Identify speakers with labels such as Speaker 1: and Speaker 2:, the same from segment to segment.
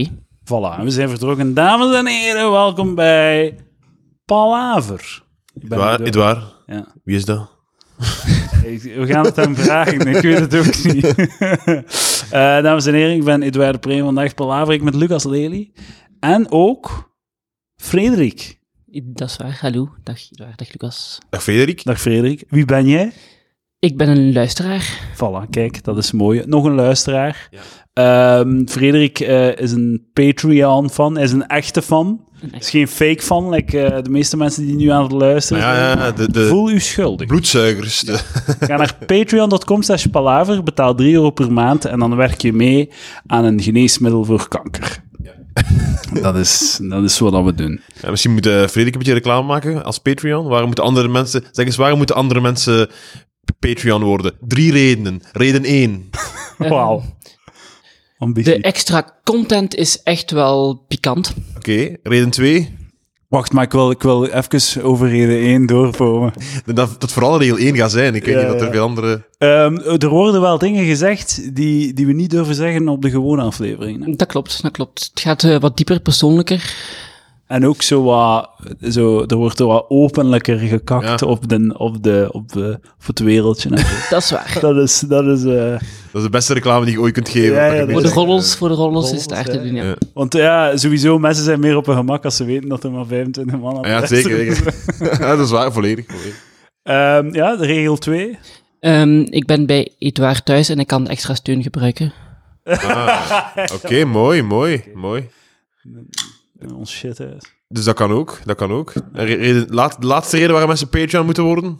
Speaker 1: Oké.
Speaker 2: Voilà, we zijn vertrokken. Dames en heren, welkom bij Palaver. Ik ben
Speaker 3: Edouard,
Speaker 2: er door.
Speaker 3: Edouard,
Speaker 2: Ja.
Speaker 3: wie is dat?
Speaker 2: Ik- We gaan het hem vragen, ik weet het ook niet. Eh, dames en heren, ik ben Edouard de Preem, vandaag Palaver, ik met Lucas Lely. En ook Frederik.
Speaker 1: Dat is waar. Hallo. Dag, Eduard. Dag, Lucas.
Speaker 3: Dag Eh, Frederik.
Speaker 2: Dag Frederik, wie ben jij?
Speaker 1: Ik ben een luisteraar.
Speaker 2: Voilà, kijk, dat is mooi. Nog een luisteraar. Ehm, Frederik eh, is een Patreon-fan, hij is een echte fan.
Speaker 1: Een
Speaker 2: Is
Speaker 1: echt-
Speaker 2: geen fake fan, like eh, de meeste mensen die nu aan het luisteren
Speaker 3: Ja, ja,
Speaker 2: zijn.
Speaker 3: ja, de, de
Speaker 2: Voel u schuldig.
Speaker 3: bloedzuigers. de-
Speaker 2: Ga naar patreon.com slash palaver, betaal 3 euro per maand en dan werk je mee aan een geneesmiddel voor kanker. Dat, is, dat is wat we doen.
Speaker 3: Ja, misschien moet eh, Frederik een beetje reclame maken als Patreon. Waarom moeten andere mensen... Zeg eens, waarom moeten andere mensen Patreon worden? Drie redenen. Reden één.
Speaker 2: Wauw. Ambitie.
Speaker 1: Ehm, De extra content is echt wel pikant.
Speaker 3: Oké, reden twee.
Speaker 2: Wacht, maar ik wil, ik wil even over reden 1 doorkomen.
Speaker 3: Dat, dat vooral reden één gaat zijn. Ik weet
Speaker 2: Ja,
Speaker 3: niet dat
Speaker 2: ja.
Speaker 3: er veel andere...
Speaker 2: Ehm, er worden wel dingen gezegd die, die we niet durven zeggen op de gewone afleveringen.
Speaker 1: Dat klopt, dat klopt. Het gaat eh, wat dieper, persoonlijker.
Speaker 2: En ook zo wat, zo, er wordt wat openlijker gekakt
Speaker 3: Ja.
Speaker 2: op, de, op, de, op, de, op het wereldje. en zo.
Speaker 1: Dat is waar.
Speaker 2: dat is, dat is eh,
Speaker 3: Dat is de beste reclame die je ooit kunt geven.
Speaker 2: Ja, ja,
Speaker 3: Dat ik
Speaker 2: dat
Speaker 1: Voor
Speaker 3: weet
Speaker 1: de
Speaker 3: het.
Speaker 1: rollers, voor de rollers is het
Speaker 2: Rollers,
Speaker 1: daar te
Speaker 2: ja.
Speaker 1: doen, ja.
Speaker 3: Ja.
Speaker 2: Want ja, sowieso, mensen zijn meer op hun gemak als ze weten dat er maar 25 man aan
Speaker 3: Ja,
Speaker 2: het
Speaker 3: zeker.
Speaker 2: luisteren
Speaker 3: zeker. ja, dat is waar, volledig. volledig.
Speaker 2: zijn. Ehm, ja, de regel 2.
Speaker 1: Ehm, ik ben bij Edouard thuis en ik kan extra steun gebruiken.
Speaker 3: Ah, Oké, mooi, mooi, mooi.
Speaker 2: Ons shit uit.
Speaker 3: Dus dat kan ook, dat kan ook. En re- Reden, laat, de laatste reden waarom mensen Patreon moeten worden?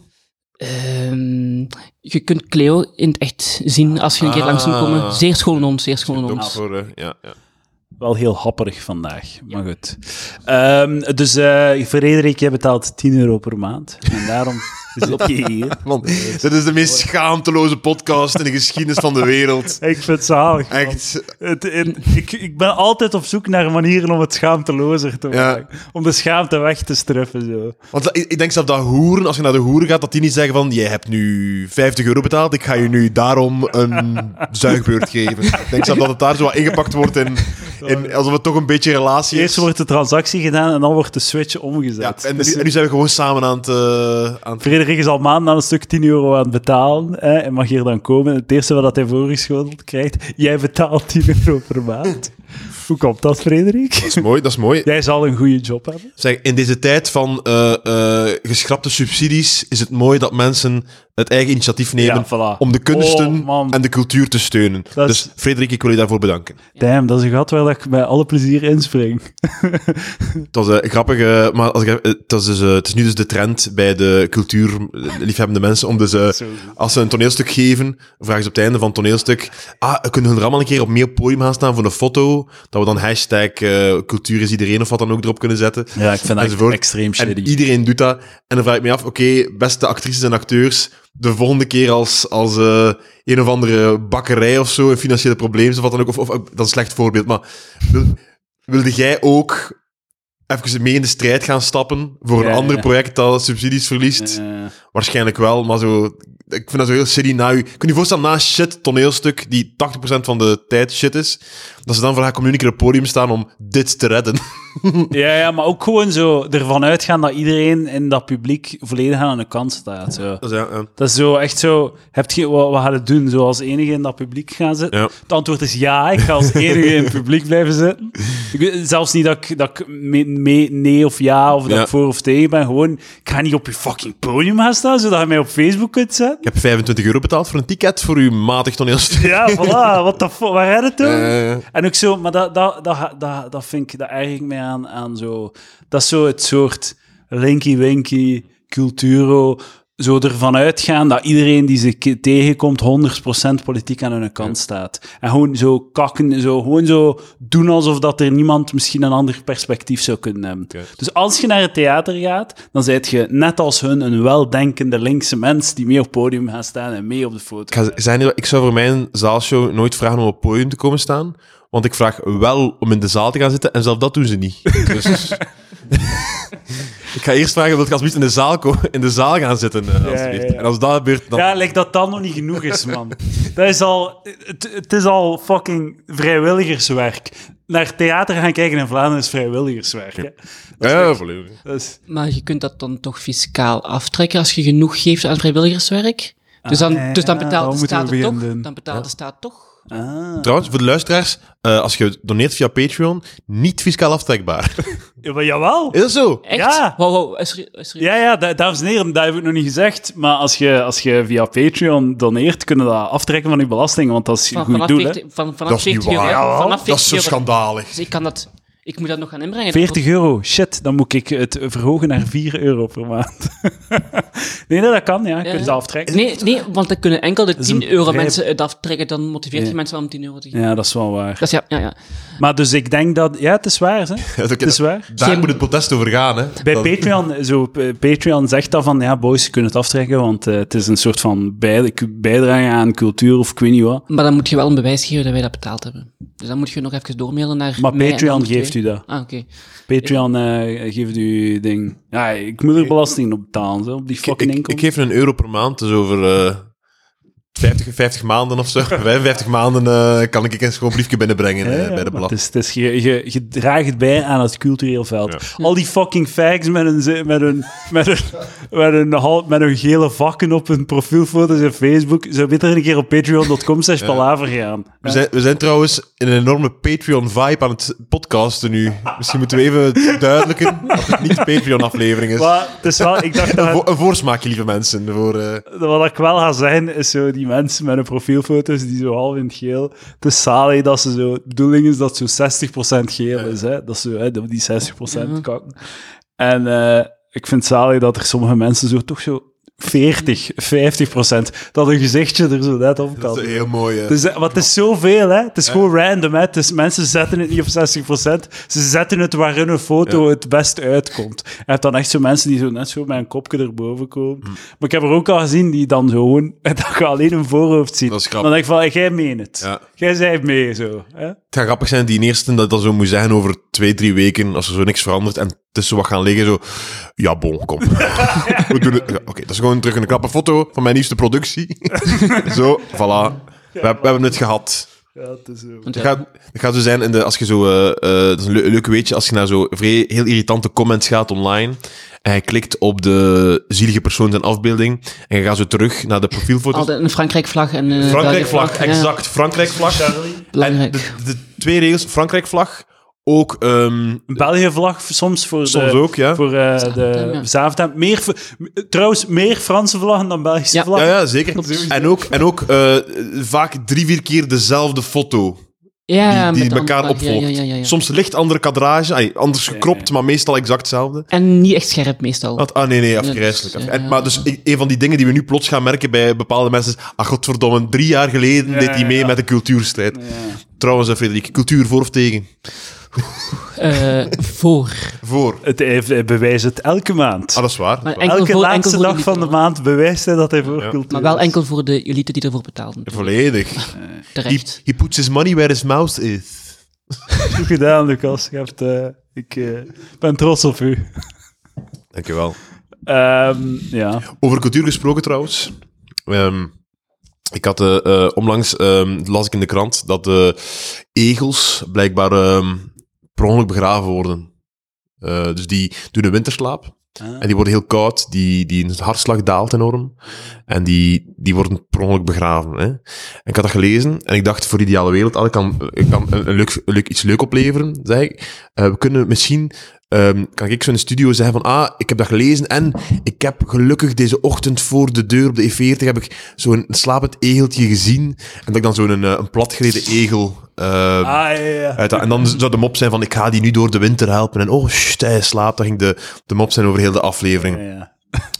Speaker 1: Ehm, je kunt Cleo in het echt zien als je een keer langs moet komen.
Speaker 3: Ah.
Speaker 1: Zeer schoon ons, zeer schoon
Speaker 3: Ook
Speaker 1: ons.
Speaker 3: voor, eh, ja, ja.
Speaker 2: Wel heel happerig vandaag, maar goed. Ehm, dus eh Frederik, jij betaalt 10 euro per maand. En daarom zit je hier.
Speaker 3: Man, dit is de meest schaamteloze podcast in de geschiedenis van de wereld.
Speaker 2: Ik vind het zalig. man.
Speaker 3: Echt.
Speaker 2: Het, en ik, ik ben altijd op zoek naar manieren om het schaamtelozer te
Speaker 3: Ja.
Speaker 2: maken. Om de schaamte weg te struffen. Zo.
Speaker 3: Want ik ik denk zelf dat hoeren, als je naar de hoeren gaat, dat die niet zeggen van, jij hebt nu 50 euro betaald, ik ga je nu daarom een zuigbeurt geven. Ik denk zelf dat het daar zo wat ingepakt wordt in, in alsof het toch een beetje relatie
Speaker 2: Eerst
Speaker 3: is.
Speaker 2: wordt de transactie gedaan en dan wordt de switch omgezet.
Speaker 3: Ja, en, nu,
Speaker 2: Dus-
Speaker 3: en nu zijn we gewoon samen aan het... eh, aan het-
Speaker 2: Frederik is al maanden aan een stuk 10 euro aan het betalen. Hè, en mag hier dan komen. Het eerste wat hij voorgeschoteld krijgt, jij betaalt 10 euro per maand. Hoe komt dat, Frederik?
Speaker 3: Dat is mooi, dat is mooi.
Speaker 2: Jij zal een goede job hebben.
Speaker 3: Zeg, in deze tijd van eh, eh, geschrapte subsidies is het mooi dat mensen het eigen initiatief nemen
Speaker 2: Ja, voilà.
Speaker 3: om de
Speaker 2: Oh,
Speaker 3: kunsten
Speaker 2: man.
Speaker 3: en de cultuur te steunen.
Speaker 2: Dat is-
Speaker 3: Dus Frederik, ik wil je daarvoor bedanken.
Speaker 2: Damn, dat is een gat waar ik met alle plezier inspring.
Speaker 3: Het was eh, grappig, eh, maar als ik, eh, het, was dus, eh, het is nu dus de trend bij de cultuurliefhebbende mensen om dus, eh, als ze een toneelstuk geven, vragen ze op het einde van het toneelstuk, ah, kunnen hun er allemaal een keer op meer podium gaan staan voor een foto, dat we dan hashtag eh, cultuur is iedereen of wat dan ook erop kunnen zetten.
Speaker 2: Ja, ik vind
Speaker 3: Enzovoort.
Speaker 2: extreem
Speaker 3: En iedereen doet dat. En dan vraag ik me af, oké, beste actrices en acteurs, de volgende keer als, als eh, een of andere bakkerij of zo, een financiële probleem, of wat dan ook, of, of dat is een slecht voorbeeld, maar wil, wilde jij ook even mee in de strijd gaan stappen voor
Speaker 2: Ja,
Speaker 3: een ander
Speaker 2: ja.
Speaker 3: project dat subsidies verliest?
Speaker 2: Eh,
Speaker 3: Waarschijnlijk wel, maar zo... Ik vind dat zo heel silly na u. Kun je je voorstellen, na shit toneelstuk, die 80% van de tijd shit is, dat ze dan vragen, kom nu een keer op het podium staan om dit te redden.
Speaker 2: Ja, ja, maar ook gewoon zo ervan uitgaan dat iedereen in dat publiek volledig aan de kant staat. Zo.
Speaker 3: Dus ja, ja.
Speaker 2: Dat is zo echt zo. Heb je, wat, wat gaat het doen? Zo als enige in dat publiek gaan zitten?
Speaker 3: Ja.
Speaker 2: Het antwoord is ja, ik ga als enige in het publiek blijven zitten. Ik weet zelfs niet dat ik, dat ik mee, mee- nee of ja, of dat
Speaker 3: Ja.
Speaker 2: ik voor of tegen ben. Gewoon, ik ga niet op je fucking podium gaan staan, zodat je mij op Facebook kunt zetten.
Speaker 3: Ik heb 25 euro betaald voor een ticket voor uw matig toneelstuk.
Speaker 2: Ja, voilà, wat de fuck, waar gaat het doen?
Speaker 3: Eh,
Speaker 2: En ook zo, maar dat, dat, dat, dat, dat vind ik, dat erg ik mij aan, aan zo... Dat is zo het soort linky-winky, culturo, zo ervan uitgaan dat iedereen die ze ke- tegenkomt 100% politiek aan hun kant staat. En gewoon zo kakken, zo, gewoon zo doen alsof dat er niemand misschien een ander perspectief zou kunnen hebben. Dus als je naar het theater gaat, dan zijt je net als hun een weldenkende linkse mens die mee op het podium gaat staan en mee op de foto.
Speaker 3: ik, ga zijn, ik zou voor mijn zaalshow nooit vragen om op het podium te komen staan. Want ik vraag wel om in de zaal te gaan zitten en zelf dat doen ze niet. Dus... ik ga eerst vragen, wil ik alsjeblieft in de zaal, komen, in de zaal gaan zitten? eh, alsjeblieft.
Speaker 2: ja, ja.
Speaker 3: En als dat gebeurt, dan...
Speaker 2: Ja, lijkt dat dan nog niet genoeg is, man. Dat is al, het, het is al fucking vrijwilligerswerk. naar theater gaan kijken in Vlaanderen is vrijwilligerswerk. hè.
Speaker 3: Ja, volledig.
Speaker 2: Dus,
Speaker 1: Maar je kunt dat dan toch fiscaal aftrekken als je genoeg geeft aan vrijwilligerswerk. Dus dan,
Speaker 2: Ah,
Speaker 1: dus dan
Speaker 2: ja,
Speaker 1: betaalt
Speaker 2: dan
Speaker 1: de
Speaker 2: moeten we
Speaker 1: staat het toch.
Speaker 2: beginnen doen.
Speaker 1: Dan betaalt de staat toch.
Speaker 2: ah.
Speaker 3: Trouwens, voor de luisteraars, eh, als je doneert via Patreon, niet fiscaal aftrekbaar.
Speaker 2: Ja, maar jawel.
Speaker 3: Is dat zo?
Speaker 1: Echt?
Speaker 2: Ja.
Speaker 1: Wow, wow, is er, is er-
Speaker 2: Ja, ja, da- dames en heren, dat heb ik nog niet gezegd. Maar als je, als je via Patreon doneert, kunnen we dat aftrekken van je belasting. Want dat is een
Speaker 1: van,
Speaker 2: goed
Speaker 1: vanaf
Speaker 2: doel, hè.
Speaker 1: 40 van, vanaf
Speaker 3: Dat is niet
Speaker 1: 40 euro.
Speaker 3: waar.
Speaker 1: ja, vanaf
Speaker 3: Dat is zo
Speaker 1: 40 euro.
Speaker 3: schandalig.
Speaker 1: Dus ik kan dat... Ik moet dat nog gaan inbrengen.
Speaker 2: 40 euro, shit, dan moet ik het verhogen naar 4 euro per maand. nee, nee, dat kan, ja. Kun je ze aftrekken.
Speaker 1: Nee, nee, want dan kunnen enkel de
Speaker 2: is een
Speaker 1: 10 euro
Speaker 2: vrij-
Speaker 1: mensen het aftrekken. Dan motiveert je
Speaker 2: Ja.
Speaker 1: mensen wel om 10 euro te geven.
Speaker 2: Ja, dat is wel waar.
Speaker 1: Dat is ja, ja, ja.
Speaker 2: Maar dus ik denk dat... Ja, het is waar, hè.
Speaker 3: Dat-
Speaker 2: Het is waar.
Speaker 3: Daar
Speaker 1: Geen-
Speaker 3: moet het protest over gaan, hè.
Speaker 2: Bij
Speaker 3: Dat-
Speaker 2: Patreon, zo, eh, Patreon zegt dat van, ja, boys, je kunt het aftrekken, want eh, het is een soort van bij, bijdrage aan cultuur of ik weet niet wat.
Speaker 1: Maar dan moet je wel een bewijs geven dat wij dat betaald hebben. Dus dan moet je nog even doormailen naar...
Speaker 2: Maar
Speaker 1: mij en de
Speaker 2: Patreon
Speaker 1: andere
Speaker 2: geeft
Speaker 1: twee.
Speaker 2: u dat.
Speaker 1: Ah, oké.
Speaker 2: Patreon eh, geeft u ding. Ja, ik moet er belasting op betalen, zo, op die
Speaker 3: Ik,
Speaker 2: fucking
Speaker 3: ik,
Speaker 2: inkomen.
Speaker 3: ik geef een euro per maand, dus over eh, 50, 50 maanden of zo. 55 maanden eh, kan ik een schoon briefje binnenbrengen eh, bij de
Speaker 2: maar het
Speaker 3: belasting.
Speaker 2: is, het is, je, je, je draagt het bij aan het cultureel veld. Al die fucking fags met een, ze- met, een, met, een, met, een, hal- met hun gele vakken op hun profielfoto's en Facebook. Zou beter een keer op patreon.com slash palaver gaan.
Speaker 3: We zijn, we zijn trouwens in een enorme Patreon-vibe aan het podcasten nu. Misschien moeten we even duidelijken dat het niet de Patreon-aflevering is.
Speaker 2: Maar het is wel, ik dacht
Speaker 3: Een,
Speaker 2: dat,
Speaker 3: vo- een voorsmaakje, lieve mensen. Voor, eh,
Speaker 2: wat ik wel ga zeggen, is zo die mensen met hun profielfoto's die zo half in het geel. Het is salie dat ze zo, de bedoeling is dat zo 60% geel is, hè. Dat ze, hè, dat die 60% kakken. En eh, ik vind salie dat er sommige mensen zo toch zo 40, 50% dat hun gezichtje er zo net op
Speaker 3: dat
Speaker 2: kan.
Speaker 3: is heel mooi. eh.
Speaker 2: Dus, eh, want het is zoveel, hè. Het is gewoon random, hè. Het is, mensen zetten het niet op 60%. Ze zetten het waarin een foto het best uitkomt. En je hebt dan echt zo mensen die zo net zo met een kopje erboven komen.
Speaker 3: Hm.
Speaker 2: Maar ik heb er ook al gezien die dan zo gewoon... Dat je alleen een voorhoofd ziet.
Speaker 3: Dat is
Speaker 2: dan
Speaker 3: grappig.
Speaker 2: denk ik van, hey, jij meent het.
Speaker 3: Ja.
Speaker 2: Jij zei mee, zo. Hè?
Speaker 3: Het gaat grappig zijn, die eerste dat dat zo moet zeggen over twee, drie weken, als er zo niks verandert en tussen wat gaan liggen, zo... Ja, bon, kom. We doen het. Ja, Oké, dat is gewoon terug een knappe foto van mijn nieuwste productie. zo, voilà. We, heb- we hebben het gehad.
Speaker 2: Ja, het is zo.
Speaker 1: Want
Speaker 3: Het
Speaker 1: ja,
Speaker 3: gaat, het gaat zo zijn, in de, als je zo... eh, eh, dat is een leu- leuk weetje, als je naar zo vrij, heel irritante comments gaat online en je klikt op de zielige persoon zijn afbeelding en je gaat zo terug naar de profielfoto's.
Speaker 1: eh, Altijd een Frankrijk-vlag en een
Speaker 3: Frankrijk-vlag,
Speaker 1: België-vlag. Ja,
Speaker 3: exact. Frankrijk-vlag.
Speaker 1: belangrijk.
Speaker 3: De, de twee regels, Frankrijk-vlag, ook ehm,
Speaker 2: België-vlag soms voor
Speaker 3: soms
Speaker 2: de...
Speaker 3: ook, ja.
Speaker 2: Voor eh,
Speaker 1: Zaventem,
Speaker 2: de
Speaker 1: ja.
Speaker 2: Zaventem. Meer, v- trouwens, meer Franse vlaggen dan Belgische
Speaker 1: Ja.
Speaker 2: vlaggen.
Speaker 3: Ja, ja, zeker.
Speaker 1: Klopt.
Speaker 3: En ook, en ook eh, vaak drie, vier keer dezelfde foto
Speaker 1: ja,
Speaker 3: die, die
Speaker 1: met de
Speaker 3: elkaar
Speaker 1: andere-
Speaker 3: opvolgt.
Speaker 1: ja, ja, ja, ja.
Speaker 3: Soms licht andere kadrage, ay, anders gekropt, maar meestal exact hetzelfde.
Speaker 1: En niet echt scherp meestal.
Speaker 3: Want- ah, nee, nee,
Speaker 1: dat is,
Speaker 3: afgrijzelijk.
Speaker 1: eh,
Speaker 3: en, maar dus ik- een van die dingen die we nu plots gaan merken bij bepaalde mensen is... Ah, godverdomme, drie jaar geleden deed hij
Speaker 2: ja,
Speaker 3: mee
Speaker 2: ja.
Speaker 3: met de cultuurstrijd. Trouwens, eh, Frederik, cultuur voor of tegen?
Speaker 1: Eh, voor.
Speaker 3: Voor.
Speaker 2: Het, hij- hij bewijst het elke maand.
Speaker 3: Ah, dat is waar. Dat
Speaker 1: Maar
Speaker 3: is waar.
Speaker 1: enkel
Speaker 2: Elke
Speaker 1: voor-
Speaker 2: laatste
Speaker 1: enkel voor
Speaker 2: dag
Speaker 1: de
Speaker 2: van de
Speaker 1: elite.
Speaker 2: maand bewijst hij dat hij voor
Speaker 3: Ja.
Speaker 2: cultuur
Speaker 1: Maar wel
Speaker 2: is.
Speaker 1: enkel voor de elite die ervoor betaalden.
Speaker 3: Volledig. He,
Speaker 1: Terecht.
Speaker 3: he puts his money where his mouth is.
Speaker 2: Goed gedaan, Lucas. Je hebt, eh, ik eh, ben trots op u.
Speaker 3: Dankjewel.
Speaker 2: Ehm, ja.
Speaker 3: Over cultuur gesproken trouwens. Ehm, ik had eh, eh, onlangs, ehm, las ik in de krant, dat de egels blijkbaar ehm, per ongeluk begraven worden. Eh, dus die doen een winterslaap. En die worden heel koud, die, die hun hartslag daalt enorm. En die, die worden per ongeluk begraven. Hè. En ik had dat gelezen en ik dacht, voor ideale wereld, ah, ik kan, ik kan een, een leuk, een leuk, iets leuk opleveren, zei ik. Eh, we kunnen misschien, ehm, kan ik zo in de studio zeggen van, ah, ik heb dat gelezen en ik heb gelukkig deze ochtend voor de deur op de E40 heb ik zo'n slapend egeltje gezien. En dat ik dan zo'n eh, een platgereden egel...
Speaker 2: Ah,
Speaker 3: ehm,
Speaker 2: ja, ja.
Speaker 3: uit dat- en dan zou de mop zijn van, ik ga die nu door de winter helpen. En oh, shit, hij slaapt. Dan ging de, de mop zijn over heel de aflevering.
Speaker 2: Ja, ja.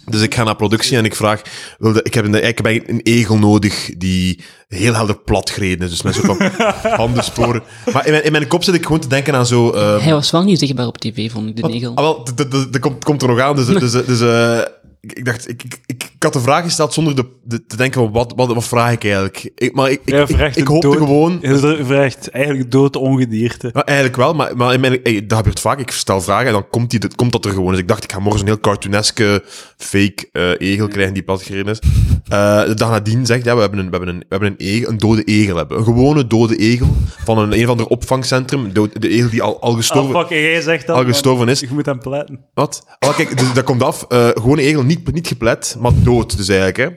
Speaker 3: Dus ik ga naar productie en ik vraag, wilde, ik, heb een, ik heb eigenlijk een egel nodig die heel helder plat gereden is. Dus met soort van handensporen. Maar in mijn, in mijn kop zit ik gewoon te denken aan zo... eh,
Speaker 1: Hij was wel niet zichtbaar op
Speaker 3: oh,
Speaker 1: tv, vond ik, de negel.
Speaker 3: ah, wel, dat- dat- dat- dat komt, komt er nog aan. Dus, dus, dus eh, ik ik dacht, ik, ik, ik ik had de vraag gesteld zonder de, de- te denken, van wat, wat, wat vraag ik eigenlijk? Ik, maar ik, ik,
Speaker 2: Jij
Speaker 3: ik,
Speaker 2: vraagt
Speaker 3: ik
Speaker 2: een
Speaker 3: hoopte
Speaker 2: dood-
Speaker 3: gewoon...
Speaker 2: Je vraagt eigenlijk dood ongedierte.
Speaker 3: Ja, eigenlijk wel, maar, maar in mijn, eh, dat gebeurt vaak. Ik stel vragen en dan komt, die, komt dat er gewoon. Dus ik dacht, ik ga morgen zo'n heel cartooneske fake eh, egel krijgen die platgereden is. Eh, de dag nadien zegt, ja, we hebben een, we hebben een, we hebben een, egel, een dode egel. Hebben. Een gewone dode egel van een, een of ander opvangcentrum. Dood- de egel die al, al
Speaker 2: Ah,
Speaker 3: gestorven...
Speaker 2: fuck, en jij zegt dat.
Speaker 3: Al
Speaker 2: maar
Speaker 3: gestorven is.
Speaker 2: Je moet hem pletten.
Speaker 3: Wat? Oh, kijk, dus dat komt af. eh gewoon egel, niet, niet geplet, maar dood dus eigenlijk. Hè. En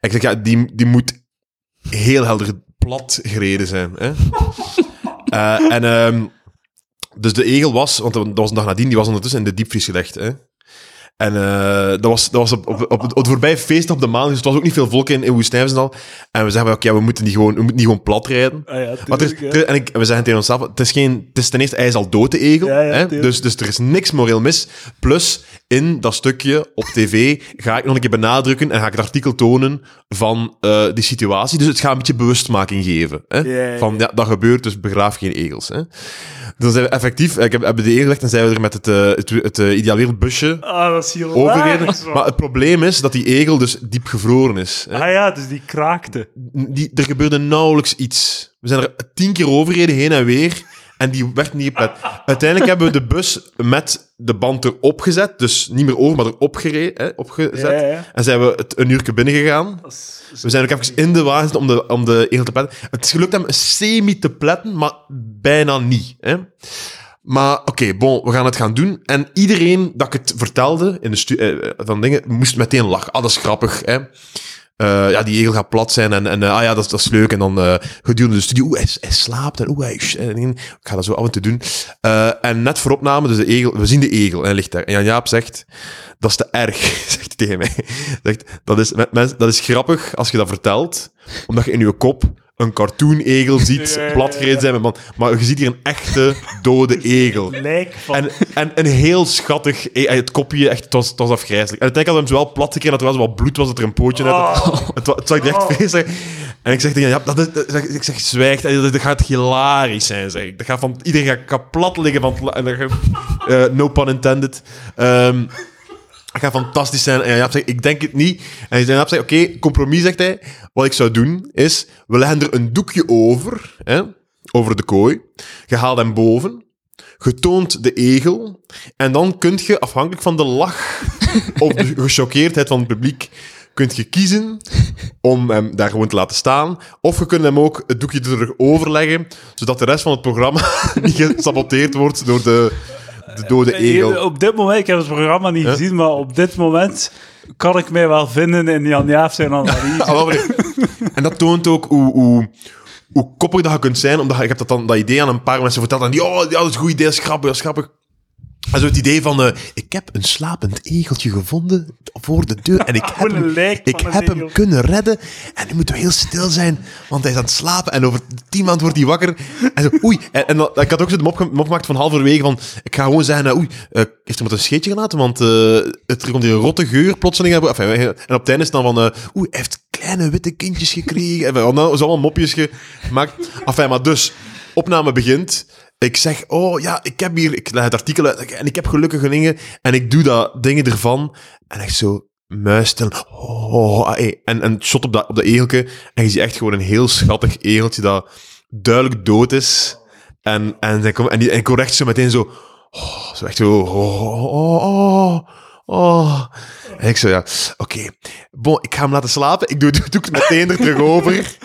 Speaker 3: ik zeg, ja, die, die moet heel helder plat gereden zijn. Hè. Eh, en ehm, dus de egel was, want dat was een dag nadien, die was ondertussen in de diepvries gelegd. Hè. En eh, dat was, dat was op, op, op, het- op het voorbije feest op de maan, dus het was ook niet veel volk in, in Woestijnvis en al. En we zeggen, oké, ja, we, moeten die gewoon, we moeten die gewoon plat rijden.
Speaker 2: Ah, ja,
Speaker 3: Maar er is-
Speaker 2: tuurlijk,
Speaker 3: er- en ik, we zeggen tegen onszelf, het is, geen, het is ten eerste, hij is al dood, de egel.
Speaker 2: Ja, ja,
Speaker 3: hè?
Speaker 2: tuurlijk.
Speaker 3: Dus, dus er is niks moreel mis. Plus, in dat stukje op tv ga ik nog een keer benadrukken en ga ik het artikel tonen van eh, die situatie. Dus het gaat een beetje bewustmaking geven. Hè?
Speaker 2: Ja, ja,
Speaker 3: Van, ja, dat gebeurt, dus begraaf geen egels. Hè? Dus dan zijn we effectief, eh, ik heb, hebben de egel gelegd en zijn we er met het, eh, het, het eh, ideaal wereldbusje
Speaker 2: Ah, dat is heel
Speaker 3: overreden. Maar het probleem is dat die egel dus diep gevroren is. Hè?
Speaker 2: Ah ja, dus die kraakte.
Speaker 3: die, er gebeurde nauwelijks iets. We zijn er tien keer overreden, heen en weer. En die werd niet geplet. Uiteindelijk hebben we de bus met de band erop gezet. Dus niet meer over, maar erop gereden, hè, opgezet.
Speaker 2: Ja, ja.
Speaker 3: En zijn we het een uurtje binnengegaan.
Speaker 2: Dat is-
Speaker 3: We zijn ook even in de wagen om de, om de egel te pletten. Het is gelukt hem semi te pletten, maar bijna niet. Hè? Maar oké, bon, we gaan het gaan doen. En iedereen dat ik het vertelde in de stu- eh, van dingen, moest meteen lachen. Ah, dat is grappig. Hè? Eh, ja, die egel gaat plat zijn en, en eh, ah ja, dat, is- dat is leuk. En dan eh, gedurende de studie, oeh, hij, hij slaapt en oeh, hij... en- en- ik ga dat zo af en toe doen. Eh, en net voor opname, dus de egel, we zien de egel en hij ligt daar. En Jan-Jaap zegt, dat is te erg, zegt hij tegen mij. Zegt, dat, is, met mensen, dat is grappig als je dat vertelt, omdat je in je kop een cartoon-egel ziet,
Speaker 2: Ja, ja, ja.
Speaker 3: platgereden zijn met man. Maar je ziet hier een echte dode egel.
Speaker 2: Lijk van...
Speaker 3: En, en een heel schattig, e- het kopje, echt, het was, het was afgrijzelijk. En uiteindelijk hadden we hem zo wel plat gekregen, dat er wel wat bloed was, dat er een pootje uit
Speaker 2: Oh.
Speaker 3: het, wa- het zag er echt
Speaker 2: Oh.
Speaker 3: feest En ik zeg tegen Jaap, dat is, dat- zeg- ik zeg, zwijg, dat, dat gaat hilarisch zijn, zeg ik. Dat gaat van, iedereen gaat kapot liggen van... het la- en dat gaat- eh, no pun intended. Ehm, dat gaat fantastisch zijn. En Jaap zegt, ik denk het niet. En Jaap zegt, oké, compromis, zegt hij. Wat ik zou doen, is, we leggen er een doekje over, hè, over de kooi. Je haalt hem boven. Getoond de egel. En dan kunt je, afhankelijk van de lach of de gechoqueerdheid van het publiek, kunt je kiezen om hem daar gewoon te laten staan. Of je kunt hem ook het doekje er terug overleggen, zodat de rest van het programma niet gesaboteerd wordt door de, de dode egel.
Speaker 2: Eh, Op dit moment, ik heb het programma niet gezien, maar op dit moment kan ik mij wel vinden in Jan Jaap zijn analyse.
Speaker 3: Ah, wel, maar- En dat toont ook hoe, hoe, hoe koppig dat je kunt zijn, omdat je- ik heb dat, dan, dat idee aan een paar mensen verteld en die, oh, ja, dat is een goed idee, dat is grappig, dat is grappig. En zo het idee van, eh, ik heb een slapend egeltje gevonden voor de deur en ik heb
Speaker 2: Gewoon Ah, een
Speaker 3: hem,
Speaker 2: lijk
Speaker 3: ik
Speaker 2: van een
Speaker 3: heb hem
Speaker 2: egel.
Speaker 3: kunnen redden. En nu moeten we heel stil zijn, want hij is aan het slapen en over tien maanden wordt hij wakker. En zo, oei. En, en dan- ik had ook zo de mop, ge- mop gemaakt van halverwege van, ik ga gewoon zeggen, nou, oei, eh, heeft iemand een scheetje gelaten? Want eh, het, er komt hier een rotte geur plotseling. aan boven. Enfin, en op het einde is het dan van, eh, oei, hij heeft kleine witte kindjes gekregen. En we hadden zo allemaal mopjes gemaakt. Enfin, maar dus, opname begint. Ik zeg, oh ja, ik heb hier, ik leg het artikel uit en ik heb gelukkige dingen en ik doe dat, dingen ervan. En echt zo, muisten, oh, oh, ah, hey. en, en het shot op dat, op dat egeltje. En je ziet echt gewoon een heel schattig egeltje dat duidelijk dood is. En, en, dan kom, en, die, en ik hoor echt zo meteen zo, oh, zo echt zo, oh, oh, oh, oh. En ik zo, ja, oké, bon, ik ga hem laten slapen. Ik doe, doe, doe het meteen er terug over.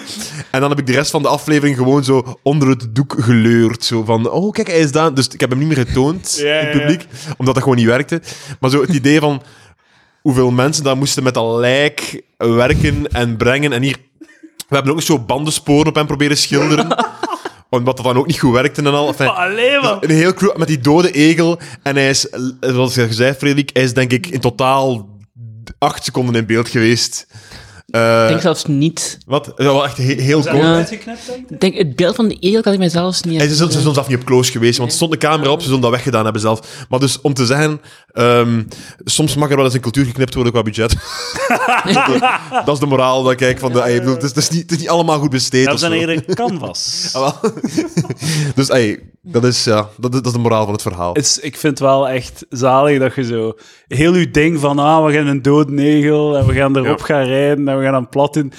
Speaker 3: En dan heb ik de rest van de aflevering gewoon zo onder het doek geleurd. Zo van, oh, kijk, hij is daar. Dus ik heb hem niet meer getoond
Speaker 2: Ja,
Speaker 3: in het
Speaker 2: ja, ja.
Speaker 3: publiek, omdat dat gewoon niet werkte. Maar zo het idee van hoeveel mensen daar moesten met dat lijk werken en brengen. En hier, we hebben ook nog zo bandensporen op hem proberen schilderen. omdat dat dan ook niet goed werkte en al. Enfin,
Speaker 2: Maar alleen maar...
Speaker 3: een heel crew met die dode egel. En hij is, eh, zoals je zei, Frederik, hij is denk ik in totaal acht seconden in beeld geweest. Eh,
Speaker 1: Ik denk zelfs niet.
Speaker 3: wat? Ja, wel echt he- heel kort.
Speaker 1: Ja.
Speaker 2: uitgeknipt, denk ik?
Speaker 1: Ik denk, het beeld van de egel kan ik mij zelfs
Speaker 3: En
Speaker 1: niet
Speaker 3: ze zijn ze zijn
Speaker 1: herinneren.
Speaker 3: zelfs af niet op close geweest, want er stond de camera op, ze zullen dat weggedaan hebben zelf. Maar dus, om te zeggen, ehm, soms mag er wel eens een cultuur geknipt worden qua budget. dat is de moraal dat ik kijk van de... ey, ik bedoel, het, is, het is niet, het is niet allemaal goed besteed.
Speaker 2: Dat
Speaker 3: of
Speaker 2: is een
Speaker 3: zo.
Speaker 2: eerder canvas.
Speaker 3: Ah, wel. dus ey, Dat is, ja, dat, is- dat is de moraal van het verhaal.
Speaker 2: Het is- ik vind het wel echt zalig dat je zo heel je ding van, ah, we gaan een dood negel en we gaan erop
Speaker 3: Ja.
Speaker 2: gaan rijden en we gaan een plat in.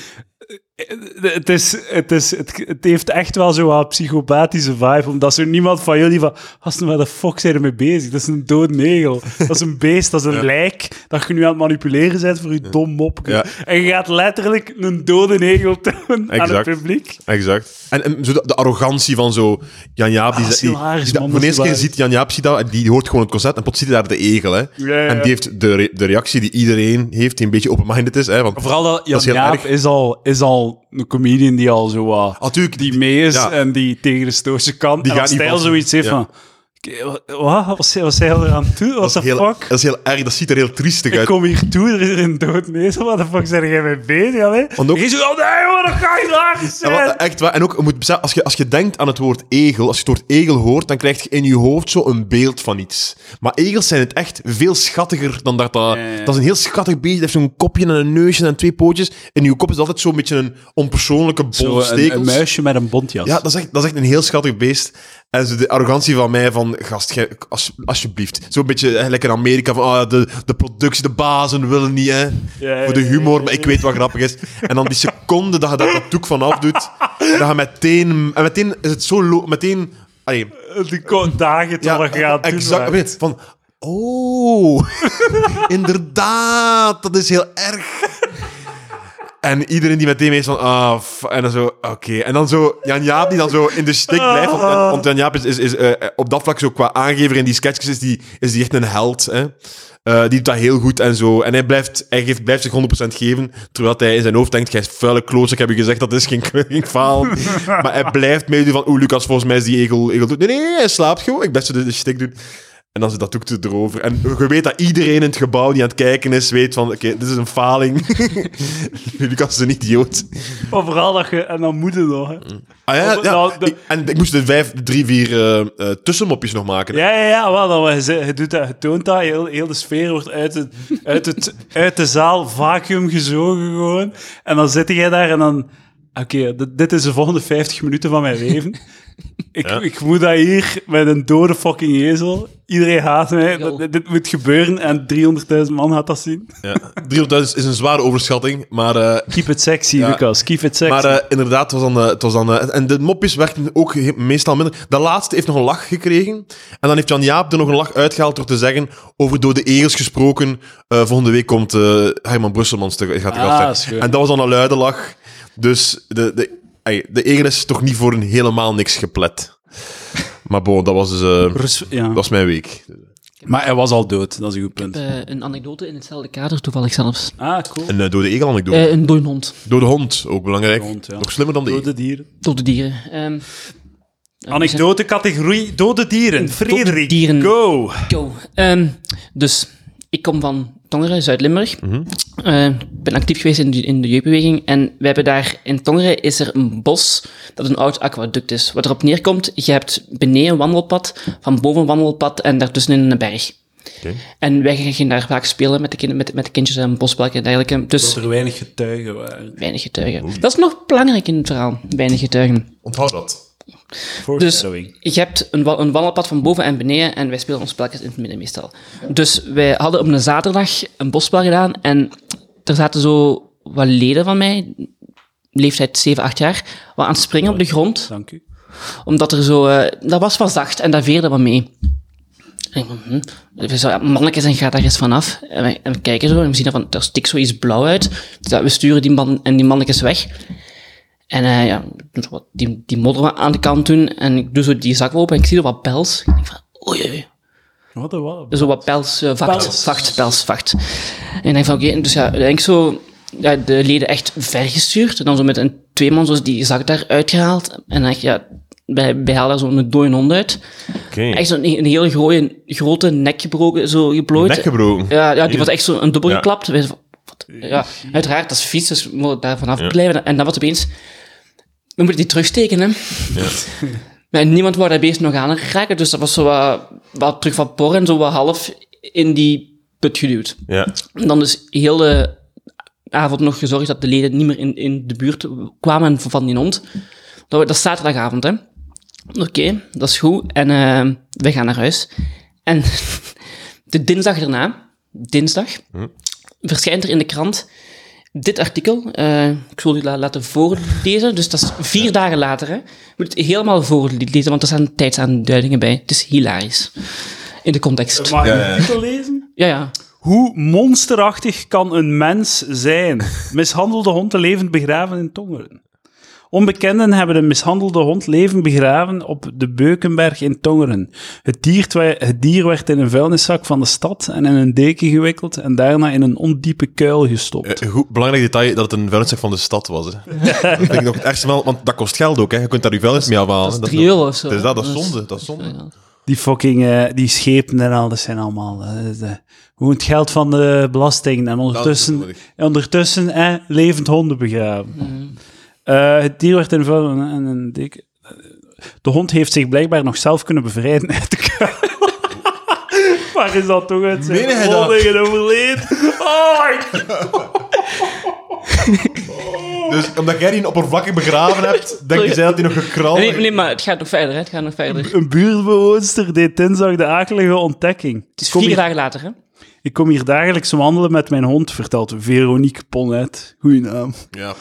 Speaker 2: Het, is, het, is, het, het heeft echt wel zo'n wat psychopathische vibe, omdat zo niemand van jullie van, gasten, waar de fuck zijn er mee bezig? Dat is een dood negel. Dat is een beest, dat is een lijk, dat je nu aan het manipuleren bent voor je dom mopje.
Speaker 3: Ja.
Speaker 2: En je gaat letterlijk een dode negel tonen aan het
Speaker 3: Exact.
Speaker 2: publiek.
Speaker 3: Exact. En, en zo de, de arrogantie van zo Jan Jaap. Die,
Speaker 2: Ah, dat is
Speaker 3: die,
Speaker 2: hilarisch,
Speaker 3: die-
Speaker 2: man,
Speaker 3: voor de
Speaker 2: dat is
Speaker 3: eerste keer
Speaker 2: hilarisch.
Speaker 3: ziet Jan Jaap ziet dat, en die hoort gewoon het concert en plots ziet hij daar de egel. Hè.
Speaker 2: ja, ja.
Speaker 3: En die heeft de, re- de reactie die iedereen heeft, die een beetje open-minded is. Hè, want,
Speaker 2: Vooral dat Jan
Speaker 3: Dat is heel
Speaker 2: Jaap
Speaker 3: erg.
Speaker 2: is al, is al een comedian die al zo wat...
Speaker 3: Ah, tuurlijk,
Speaker 2: die mee is
Speaker 3: ja.
Speaker 2: en die tegen de stootje kan.
Speaker 3: Die
Speaker 2: en als
Speaker 3: gaat niet
Speaker 2: stijl
Speaker 3: passen.
Speaker 2: zoiets heeft
Speaker 3: Ja.
Speaker 2: van... "Oké, wa- Wat? Wat zei- Wat zei hij er aan toe? What
Speaker 3: dat,
Speaker 2: the
Speaker 3: is heel,
Speaker 2: fuck?
Speaker 3: dat is heel erg, dat ziet er heel triestig
Speaker 2: Ik
Speaker 3: uit.
Speaker 2: kom hier toe, er is hier een dood nezel. Wat de fuck zijn jij mee bezig? Allee?
Speaker 3: Want ook-
Speaker 2: Je zo, oh nee, man, dat kan je laag
Speaker 3: Ja, maar
Speaker 2: zijn.
Speaker 3: echt waar. En ook, je moet beseffen, als je, als je denkt aan het woord egel, als je het woord egel hoort, dan krijg je in je hoofd zo een beeld van iets. Maar egels zijn het echt veel schattiger dan dat. Dat,
Speaker 2: ja.
Speaker 3: dat is een heel schattig beest. Dat heeft zo'n kopje en een neusje en twee pootjes. In je kop is het altijd zo'n beetje een onpersoonlijke bol stekels.
Speaker 2: met een bontjas.
Speaker 3: Ja, dat is, echt, dat is echt een heel schattig beest. En zo de arrogantie van mij van, gast, gij- als, alsjeblieft. Zo'n beetje eh, lekker in Amerika van, ah, de, de productie, de bazen willen niet, hè.
Speaker 2: ja,
Speaker 3: Voor de
Speaker 2: ja,
Speaker 3: humor, maar ik weet wat grappig is. En dan die seconde dat je daar dat doek van afdoet, dat je meteen... En meteen is het zo... lo- Meteen... Allee,
Speaker 2: Die kon dagen
Speaker 3: ja,
Speaker 2: terug gaan doen.
Speaker 3: exact.
Speaker 2: maar-
Speaker 3: weet je, Van, oh, inderdaad, dat is heel erg. En iedereen die meteen mee is van, ah, f- en dan zo, oké. En dan zo, Jan Jaap die dan zo in de stik blijft. Want, want Jan Jaap is, is, is eh, op dat vlak zo qua aangever in die sketches is die, is die echt een held. Hè? Eh, die doet dat heel goed en zo. En hij blijft, hij geeft, blijft zich 100% geven, terwijl hij in zijn hoofd denkt, jij is vuile kloos, ik heb je gezegd, dat is geen, geen faal. maar hij blijft meedoen van, oeh, Lucas, volgens mij is die egel... egel dood." nee, nee, nee, hij slaapt gewoon. Ik blijf zo de, de stik doen. En dan zit dat doek erover. En je weet dat iedereen in het gebouw die aan het kijken is, weet van, oké, dit is een faling. Lucas is een idioot.
Speaker 2: Maar vooral dat je... En dan moet het nog, hè.
Speaker 3: Ah ja,
Speaker 2: Oh,
Speaker 3: ja.
Speaker 2: nou, de-
Speaker 3: Ik- en ik moest de vijf, drie, vier eh, eh, tussenmopjes nog maken.
Speaker 2: Ja, ja, ja, wel, dat was- eh, je, doet dat, je toont dat, heel, heel de sfeer wordt uit, het, uit, het, uit de zaal vacuüm gezogen gewoon. En dan zit jij daar en dan... Oké, dit- dit is de volgende 50 minuten van mijn leven. Ik, ik moet dat hier met een dode fucking ezel. Iedereen haat mij. Dat- dit, dit moet gebeuren en 300.000 man gaat dat zien.
Speaker 3: Ja. 300.000 is een zware overschatting, maar... eh,
Speaker 2: Keep it sexy,
Speaker 3: Ja.
Speaker 2: Lucas. Keep it sexy.
Speaker 3: maar eh, inderdaad, het was dan... eh, het was dan eh, en de mopjes werkten ook he- meestal minder. De laatste heeft nog een lach gekregen. En dan heeft Jan Jaap er nog een lach uitgehaald door te zeggen... Over door de egels gesproken. eh, volgende week komt eh, Herman Brusselmans te, gaat de
Speaker 2: Ah,
Speaker 3: gast zijn.
Speaker 2: scheur.
Speaker 3: En dat was dan een luide lach. Dus de, de, ey, de egel is toch niet voor een helemaal niks geplet. Maar bon, dat was dus... eh,
Speaker 2: Pers- ja.
Speaker 3: dat was mijn week.
Speaker 2: maar hij was al dood, dat is een goed punt.
Speaker 1: Eh, een anekdote in hetzelfde kader, toevallig zelfs.
Speaker 2: Ah, cool.
Speaker 3: En door de egel anekdote.
Speaker 1: Eh, een dode hond.
Speaker 3: Door de hond, ook belangrijk.
Speaker 2: De hond, ja.
Speaker 3: Nog slimmer dan de egel.
Speaker 2: Dode dieren.
Speaker 1: Dode dieren. Ehm,
Speaker 2: Anekdote categorie dode dieren. Frederik,
Speaker 1: dieren.
Speaker 2: go!
Speaker 1: Go. Ehm, dus ik kom van Tongeren, Zuid-Limburg. Eh, Ik ben actief geweest in de, in de jeugdbeweging. En we hebben daar in Tongeren is er een bos dat een oud aquaduct is. Wat erop neerkomt, je hebt beneden een wandelpad, van boven een wandelpad en daartussenin een berg.
Speaker 3: Oké.
Speaker 1: En wij gingen daar vaak spelen met de, kind, met, met de kindjes en bosbalken en dergelijke. Dus
Speaker 2: er weinig getuigen waren.
Speaker 1: weinig getuigen. Dat is nog belangrijk in het verhaal, weinig getuigen.
Speaker 3: Onthoud dat.
Speaker 1: Dus
Speaker 2: Foreshadowing.
Speaker 1: je hebt een, wa- een wandelpad van boven en beneden en wij spelen ons spelletjes in het midden meestal. Dus wij hadden op een zaterdag een bosbal gedaan en er zaten zo wat leden van mij, leeftijd 7, 8 jaar, wat aan het springen op de grond,
Speaker 2: Dank u.
Speaker 1: omdat er zo... eh, dat was wat zacht en daar veerde wat mee. En ik van, hm, we zo, ja, mannetjes en gaat daar eens vanaf. En we, en we kijken zo en we zien van, daar stikt zoiets blauw uit. Dus ja, we sturen die man en die mannetjes weg. En eh, ja, ik doe zo wat die, die modder wat aan de kant doen. En ik doe zo die zak open en ik zie er wat pels. Ik denk van, oei, oei, oei.
Speaker 2: Wat een wat.
Speaker 1: Zo wat pels, eh, vacht,
Speaker 2: Pels.
Speaker 1: vacht, pels, vacht. En ik denk van, oké, dus ja, denk zo ja, de leden echt vergestuurd. En dan zo met een tweeman zo die zak daar uitgehaald. En dan denk ik, ja, wij, wij halen daar zo'n dode hond uit. Echt zo'n een hele grote, grote nek gebroken, zo geplooid.
Speaker 3: Nek gebroken?
Speaker 1: Ja, ja die was echt zo een dubbel
Speaker 3: Ja.
Speaker 1: geklapt. Wij zo van, wat? Ja, uiteraard, dat is vies, dus we moeten daar vanaf blijven. En dan was opeens... We moeten die terugsteken, hè. Maar niemand wou dat beest nog aan raken, dus dat was zo wat, wat terug van por en zo wat half in die put geduwd.
Speaker 3: Ja.
Speaker 1: En dan is heel de avond nog gezorgd dat de leden niet meer in, in de buurt kwamen van die hond. Dat, wa- dat is zaterdagavond, hè. Oké, dat is goed. En eh, we gaan naar huis. En de dinsdag daarna, dinsdag, verschijnt er in de krant dit artikel. Eh, ik zal u la- laten voorlezen. Dus dat is vier dagen later. Hè. Je moet het helemaal voorlezen, want er staan tijdsaanduidingen bij. Het is hilarisch. In de context.
Speaker 2: Mag ik
Speaker 3: ja, ja.
Speaker 2: de titel lezen?
Speaker 1: Ja, ja.
Speaker 2: Hoe monsterachtig kan een mens zijn? Mishandelde hond te levend begraven in Tongeren. Onbekenden hebben een mishandelde hond levend begraven op de Beukenberg in Tongeren. Het dier, twa- het dier werd in een vuilniszak van de stad en in een deken gewikkeld en daarna in een ondiepe kuil gestopt.
Speaker 3: Eh, goed, belangrijk detail dat het een vuilniszak van de stad was. Hè. dat vind ik nog het ergste wel, want dat kost geld ook. Hè. Je kunt daar je vuilnis mee afhalen. hè.
Speaker 1: Dat is 3 euro of zo.
Speaker 3: Dus dat, dat is zonde. Dat is zonde.
Speaker 2: Die fucking, eh, die schepen en alles zijn allemaal... eh, de- gewoon het geld van de belasting en ondertussen,
Speaker 3: bedoel ik.
Speaker 2: en ondertussen eh, levend honden begraven.
Speaker 1: Mhm.
Speaker 2: Eh, het dier werd in vuil en en een dik. eh, De hond heeft zich blijkbaar nog zelf kunnen bevrijden uit de kuil. Waar is dat toch uit
Speaker 3: Meen
Speaker 2: zijn
Speaker 3: je dat?
Speaker 2: woningen overleden? Oh, ik-
Speaker 3: Dus omdat jij die in oppervlakkig begraven hebt, denken zij dat die nog gekrald
Speaker 1: Nee, nee, maar het gaat nog verder. Hè. Het gaat nog verder.
Speaker 2: een buurtbewoonster deed dinsdag de akelige ontdekking.
Speaker 1: Het is
Speaker 2: Kom
Speaker 1: vier
Speaker 2: hier-
Speaker 1: dagen later, hè?
Speaker 2: Ik kom hier dagelijks wandelen met mijn hond, vertelt Veronique Ponnet. Goeie naam.
Speaker 3: Ja.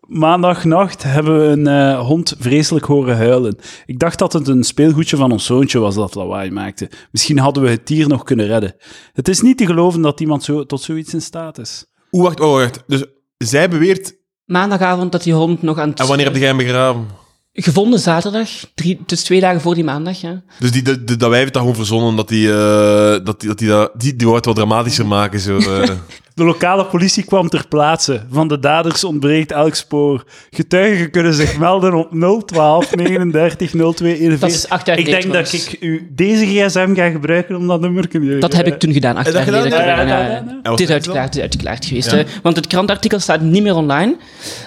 Speaker 2: Maandagnacht hebben we een eh, hond vreselijk horen huilen. Ik dacht dat het een speelgoedje van ons zoontje was dat lawaai maakte. Misschien hadden we het dier nog kunnen redden. Het is niet te geloven dat iemand zo, tot zoiets in staat is.
Speaker 3: Oeh, wacht, oh, wacht. Dus zij beweert...
Speaker 1: Maandagavond dat die hond nog aan het...
Speaker 3: En wanneer heb jij hem begraven?
Speaker 1: Gevonden zaterdag, drie, dus twee dagen voor die maandag, ja.
Speaker 3: Dus die, de, de- dat wij hebben dat gewoon verzonnen, dat die, eh, dat die, dat die, dat- die, die wordt wat dramatischer maken. Zo, eh.
Speaker 2: De lokale politie kwam ter plaatse. Van de daders ontbreekt elk spoor. Getuigen kunnen zich melden op 012 39 02
Speaker 1: Dat is
Speaker 2: 41.
Speaker 1: acht dus- jaar
Speaker 2: Ik
Speaker 1: geleden
Speaker 2: denk dat
Speaker 1: trouwens.
Speaker 2: ik u deze gsm ga gebruiken om dat nummer te
Speaker 1: Dat heb ik toen gedaan, acht
Speaker 3: Heb
Speaker 1: jaar
Speaker 3: je dat
Speaker 1: geleden.
Speaker 3: gedaan?
Speaker 1: Ja,
Speaker 2: Ja,
Speaker 1: ja,
Speaker 2: ja,
Speaker 1: ja.
Speaker 2: ja, ja.
Speaker 1: Het is uitgeklaard, het is uitgeklaard geweest. hè. Want het krantartikel staat niet meer online.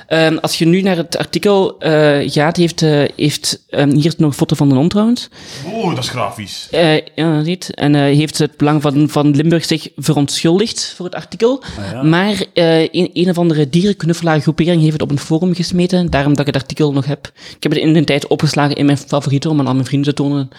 Speaker 1: Ehm, als je nu naar het artikel eh, gaat, heeft, eh, heeft ehm, hier is nog een foto van de hond trouwens.
Speaker 3: Oh, dat is grafisch.
Speaker 1: Eh, ja, ziet. En eh, heeft het Belang van, van Limburg zich verontschuldigd voor het artikel.
Speaker 3: Ah,
Speaker 2: ja.
Speaker 1: Maar eh, een, een of andere dierenknuffelaar groepering heeft het op een forum gesmeten. Daarom dat ik het artikel nog heb. Ik heb het in de tijd opgeslagen in mijn favorieten om aan al mijn vrienden te tonen.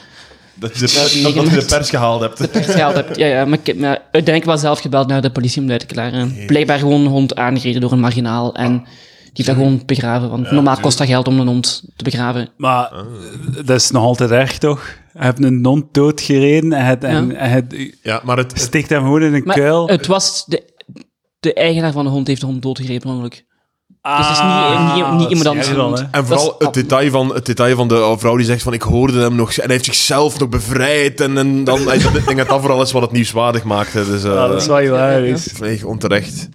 Speaker 3: Dat je de pers, dat, dat je de pers gehaald hebt.
Speaker 1: pers gehaald hebt. Ja, ja, maar ik heb me uiteindelijk wel zelf gebeld naar de politie om het uit te klaren. Blijkbaar gewoon een hond aangereden door een marginaal en die heeft dat gewoon begraven. Want normaal kost dat geld om een hond te begraven.
Speaker 2: Maar
Speaker 3: Ah.
Speaker 2: eh, dat is nog altijd erg, toch? Je hebt een non doodgereden en het, en,
Speaker 1: Ja.
Speaker 2: en het
Speaker 3: Ja, maar het...
Speaker 2: stikt hem gewoon in een
Speaker 1: Maar
Speaker 2: kuil.
Speaker 1: het was de, de eigenaar van de hond heeft de hond doodgegrepen, per ongeluk. dus het is niet- niet- niet
Speaker 2: Ah, dat
Speaker 1: iemand
Speaker 2: is
Speaker 1: anders
Speaker 2: erg dan,
Speaker 1: genoemd.
Speaker 2: hè.
Speaker 3: En vooral
Speaker 1: dat is-
Speaker 3: het, detail van, het detail van de vrouw die zegt van ik hoorde hem nog en hij heeft zichzelf nog bevrijd en, en dan hij, ik denk dat dat vooral is wat het nieuwswaardig maakt. hè. Dus, eh,
Speaker 2: Ja, dat is wel hilarisch.
Speaker 3: Nee, onterecht.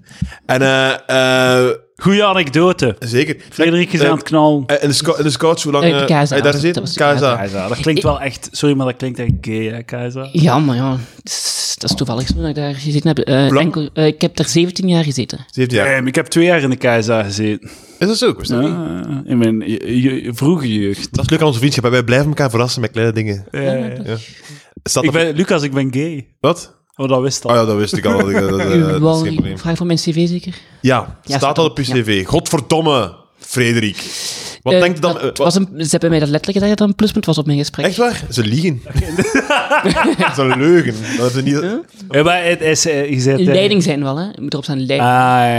Speaker 3: En eh, eh,
Speaker 2: Goeie anekdote.
Speaker 3: zeker.
Speaker 2: Frederik is
Speaker 3: Eh,
Speaker 2: aan het knallen.
Speaker 3: eh, En de, sco- de scouts, hoe lang...
Speaker 1: Eh, de
Speaker 3: eh,
Speaker 1: KSA.
Speaker 3: heb je daar gezeten?
Speaker 1: Dat was de
Speaker 3: KSA.
Speaker 2: Keizer, dat klinkt wel echt... Sorry, maar dat klinkt echt gay, hè, Keizer?
Speaker 1: Ja, maar ja, het is- dat is toevallig zo dat ik daar gezeten heb. Eh,
Speaker 3: lang?
Speaker 1: enkel, eh, ik heb daar 17 jaar gezeten.
Speaker 3: Zeventien jaar.
Speaker 2: Ehm, ik heb twee jaar in de Keizer gezeten.
Speaker 3: Is dat zo? Ik wist dat niet.
Speaker 2: Eh, in mijn je- je- vroege jeugd.
Speaker 3: Dat is leuk aan onze vriendschap. hè. Wij blijven elkaar verrassen met kleine dingen.
Speaker 2: Eh,
Speaker 3: Staat
Speaker 2: ik
Speaker 3: dat-
Speaker 2: ben, Lucas, ik ben gay.
Speaker 3: Wat?
Speaker 2: Oh, dat wist
Speaker 3: Oh
Speaker 2: al.
Speaker 3: ja, dat wist ik al. Dat, dat- eh, dat- dat
Speaker 1: U
Speaker 3: is
Speaker 1: wou
Speaker 3: geen probleem.
Speaker 1: een vraag voor mijn cv zeker?
Speaker 3: Ja,
Speaker 1: Ja,
Speaker 3: staat
Speaker 1: staat
Speaker 3: al
Speaker 1: er.
Speaker 3: op je cv. Godverdomme, Frederik. Wat
Speaker 1: Eh,
Speaker 3: denkt je dan...
Speaker 1: dat
Speaker 3: eh, wat-
Speaker 1: was een, ze hebben mij dat letterlijk gezegd dat dat een pluspunt was op mijn gesprek.
Speaker 3: Echt waar? Ze liegen. Ze leugen. Dat is niet... Oké,
Speaker 2: Ja, maar het is... eh, je zet,
Speaker 1: Leiding zijn wel, hè. Je moet erop staan, leiding.
Speaker 2: Ah,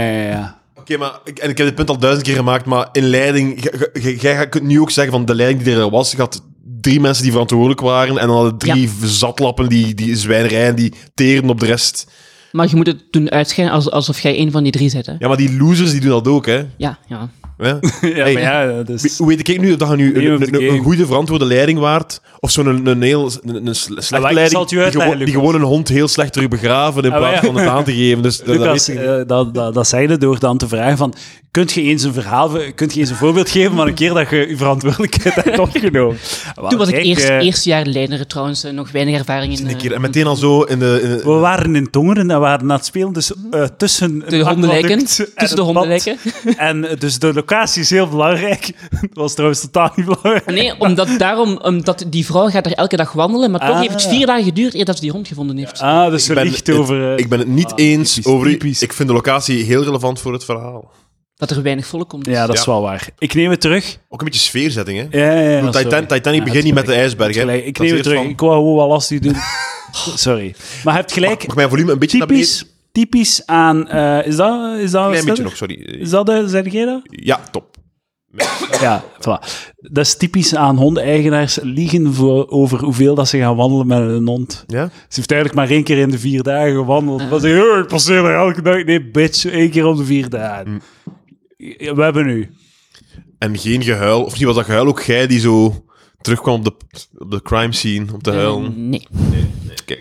Speaker 2: ja, ja, ja.
Speaker 3: maar... Ik, en ik heb dit punt al duizend keer gemaakt, maar in leiding... g- g- g- Jij kunt nu ook zeggen van de leiding die er was, je had drie mensen die verantwoordelijk waren en dan hadden drie zatlappen die, die zwijnerijen die teren op de rest.
Speaker 1: Maar je moet het doen uitschijnen als- alsof jij een van die drie zit, hè.
Speaker 3: Ja, maar die losers die doen dat ook, hè.
Speaker 1: Ja, ja.
Speaker 3: Ja.
Speaker 2: Ja,
Speaker 3: Hey,
Speaker 2: maar ja, dat is...
Speaker 3: Wie- Hoe weet ik nu dat je nu
Speaker 2: Name
Speaker 3: een,
Speaker 2: of the
Speaker 3: een- een
Speaker 2: game.
Speaker 3: goede verantwoorde leiding waard? Of zo'n een, een heel s- een, een sle-
Speaker 2: Ah,
Speaker 3: slechte
Speaker 2: maar ik zal
Speaker 3: leiding
Speaker 2: het u
Speaker 3: die,
Speaker 2: uitleggen,
Speaker 3: gewoon, die
Speaker 2: Lucas.
Speaker 3: gewoon een hond heel slecht terug begraven
Speaker 2: Ah,
Speaker 3: in
Speaker 2: maar
Speaker 3: plaats
Speaker 2: ja.
Speaker 3: van het aan te geven. Dus dat- dat
Speaker 2: Lucas,
Speaker 3: weet ik.
Speaker 2: eh, dat, dat, dat zei je door dan te vragen van... Kunt je eens een verhaal... Kunt je eens een voorbeeld geven van een keer dat je je verantwoordelijkheid hebt opgenomen? Wel,
Speaker 1: Toen was ik
Speaker 2: kijk,
Speaker 1: eerst,
Speaker 2: eh,
Speaker 1: eerste jaar leider trouwens, eh, nog weinig ervaring in.
Speaker 3: Een
Speaker 1: eh,
Speaker 3: keer. En meteen al zo in de... in de-
Speaker 2: We waren in Tongeren en we waren aan het spelen dus, eh, tussen...
Speaker 1: de hondenlijken. Tussen de hondenlijken.
Speaker 2: hondenlijken. En eh, dus de locatie is heel belangrijk. Dat was trouwens totaal niet belangrijk.
Speaker 1: Nee, omdat, daarom, omdat die vrouw gaat er elke dag wandelen, maar toch
Speaker 2: Ah.
Speaker 1: heeft het vier dagen geduurd eer dat ze die hond gevonden heeft.
Speaker 2: Ah, dus
Speaker 3: ik
Speaker 2: ze
Speaker 3: ben
Speaker 2: ligt
Speaker 3: het-
Speaker 2: over... eh,
Speaker 3: ik ben het niet
Speaker 2: ah,
Speaker 3: eens
Speaker 2: typisch,
Speaker 3: over... u.
Speaker 2: typisch.
Speaker 3: Ik vind de locatie heel relevant voor het verhaal.
Speaker 1: dat er weinig volk komt. Dus,
Speaker 2: Ja, dat is
Speaker 3: Ja.
Speaker 2: wel waar. Ik neem het terug.
Speaker 3: Ook een beetje sfeerzetting, hè?
Speaker 2: Ja, ja, ja,
Speaker 3: Ik bedoel,
Speaker 2: sorry.
Speaker 3: Titan, Titanic begint niet met de ijsberg, hè?
Speaker 2: Gelijk, Ik
Speaker 3: Dat is
Speaker 2: neem het
Speaker 3: eerst
Speaker 2: terug.
Speaker 3: van-
Speaker 2: Ik wou gewoon wel lastig doen. Sorry. Maar je hebt gelijk.
Speaker 3: Mag mijn volume een beetje naar beneden?
Speaker 2: Typisch, typisch aan... eh, is dat... Is dat
Speaker 3: Klein
Speaker 2: is
Speaker 3: beetje
Speaker 2: dat-
Speaker 3: nog, sorry. Eh,
Speaker 2: Is dat de... Zijn jij dat?
Speaker 3: Ja, top.
Speaker 2: Ja, voilà. Dat is typisch aan hondeneigenaars liegen voor, over hoeveel dat ze gaan wandelen met hun hond.
Speaker 3: Ja?
Speaker 2: Ze heeft eigenlijk maar één keer in de vier dagen gewandeld. Maar ze zegt, "Oh, ik passeer er elke dag. Nee, bitch, één keer om de vier dagen.
Speaker 3: Mm.
Speaker 2: Ja, We hebben nu.
Speaker 3: En geen gehuil. Of misschien was dat gehuil ook jij die zo terugkwam op de, op de crime scene, op de huilen.
Speaker 1: eh, Nee.
Speaker 3: Oké.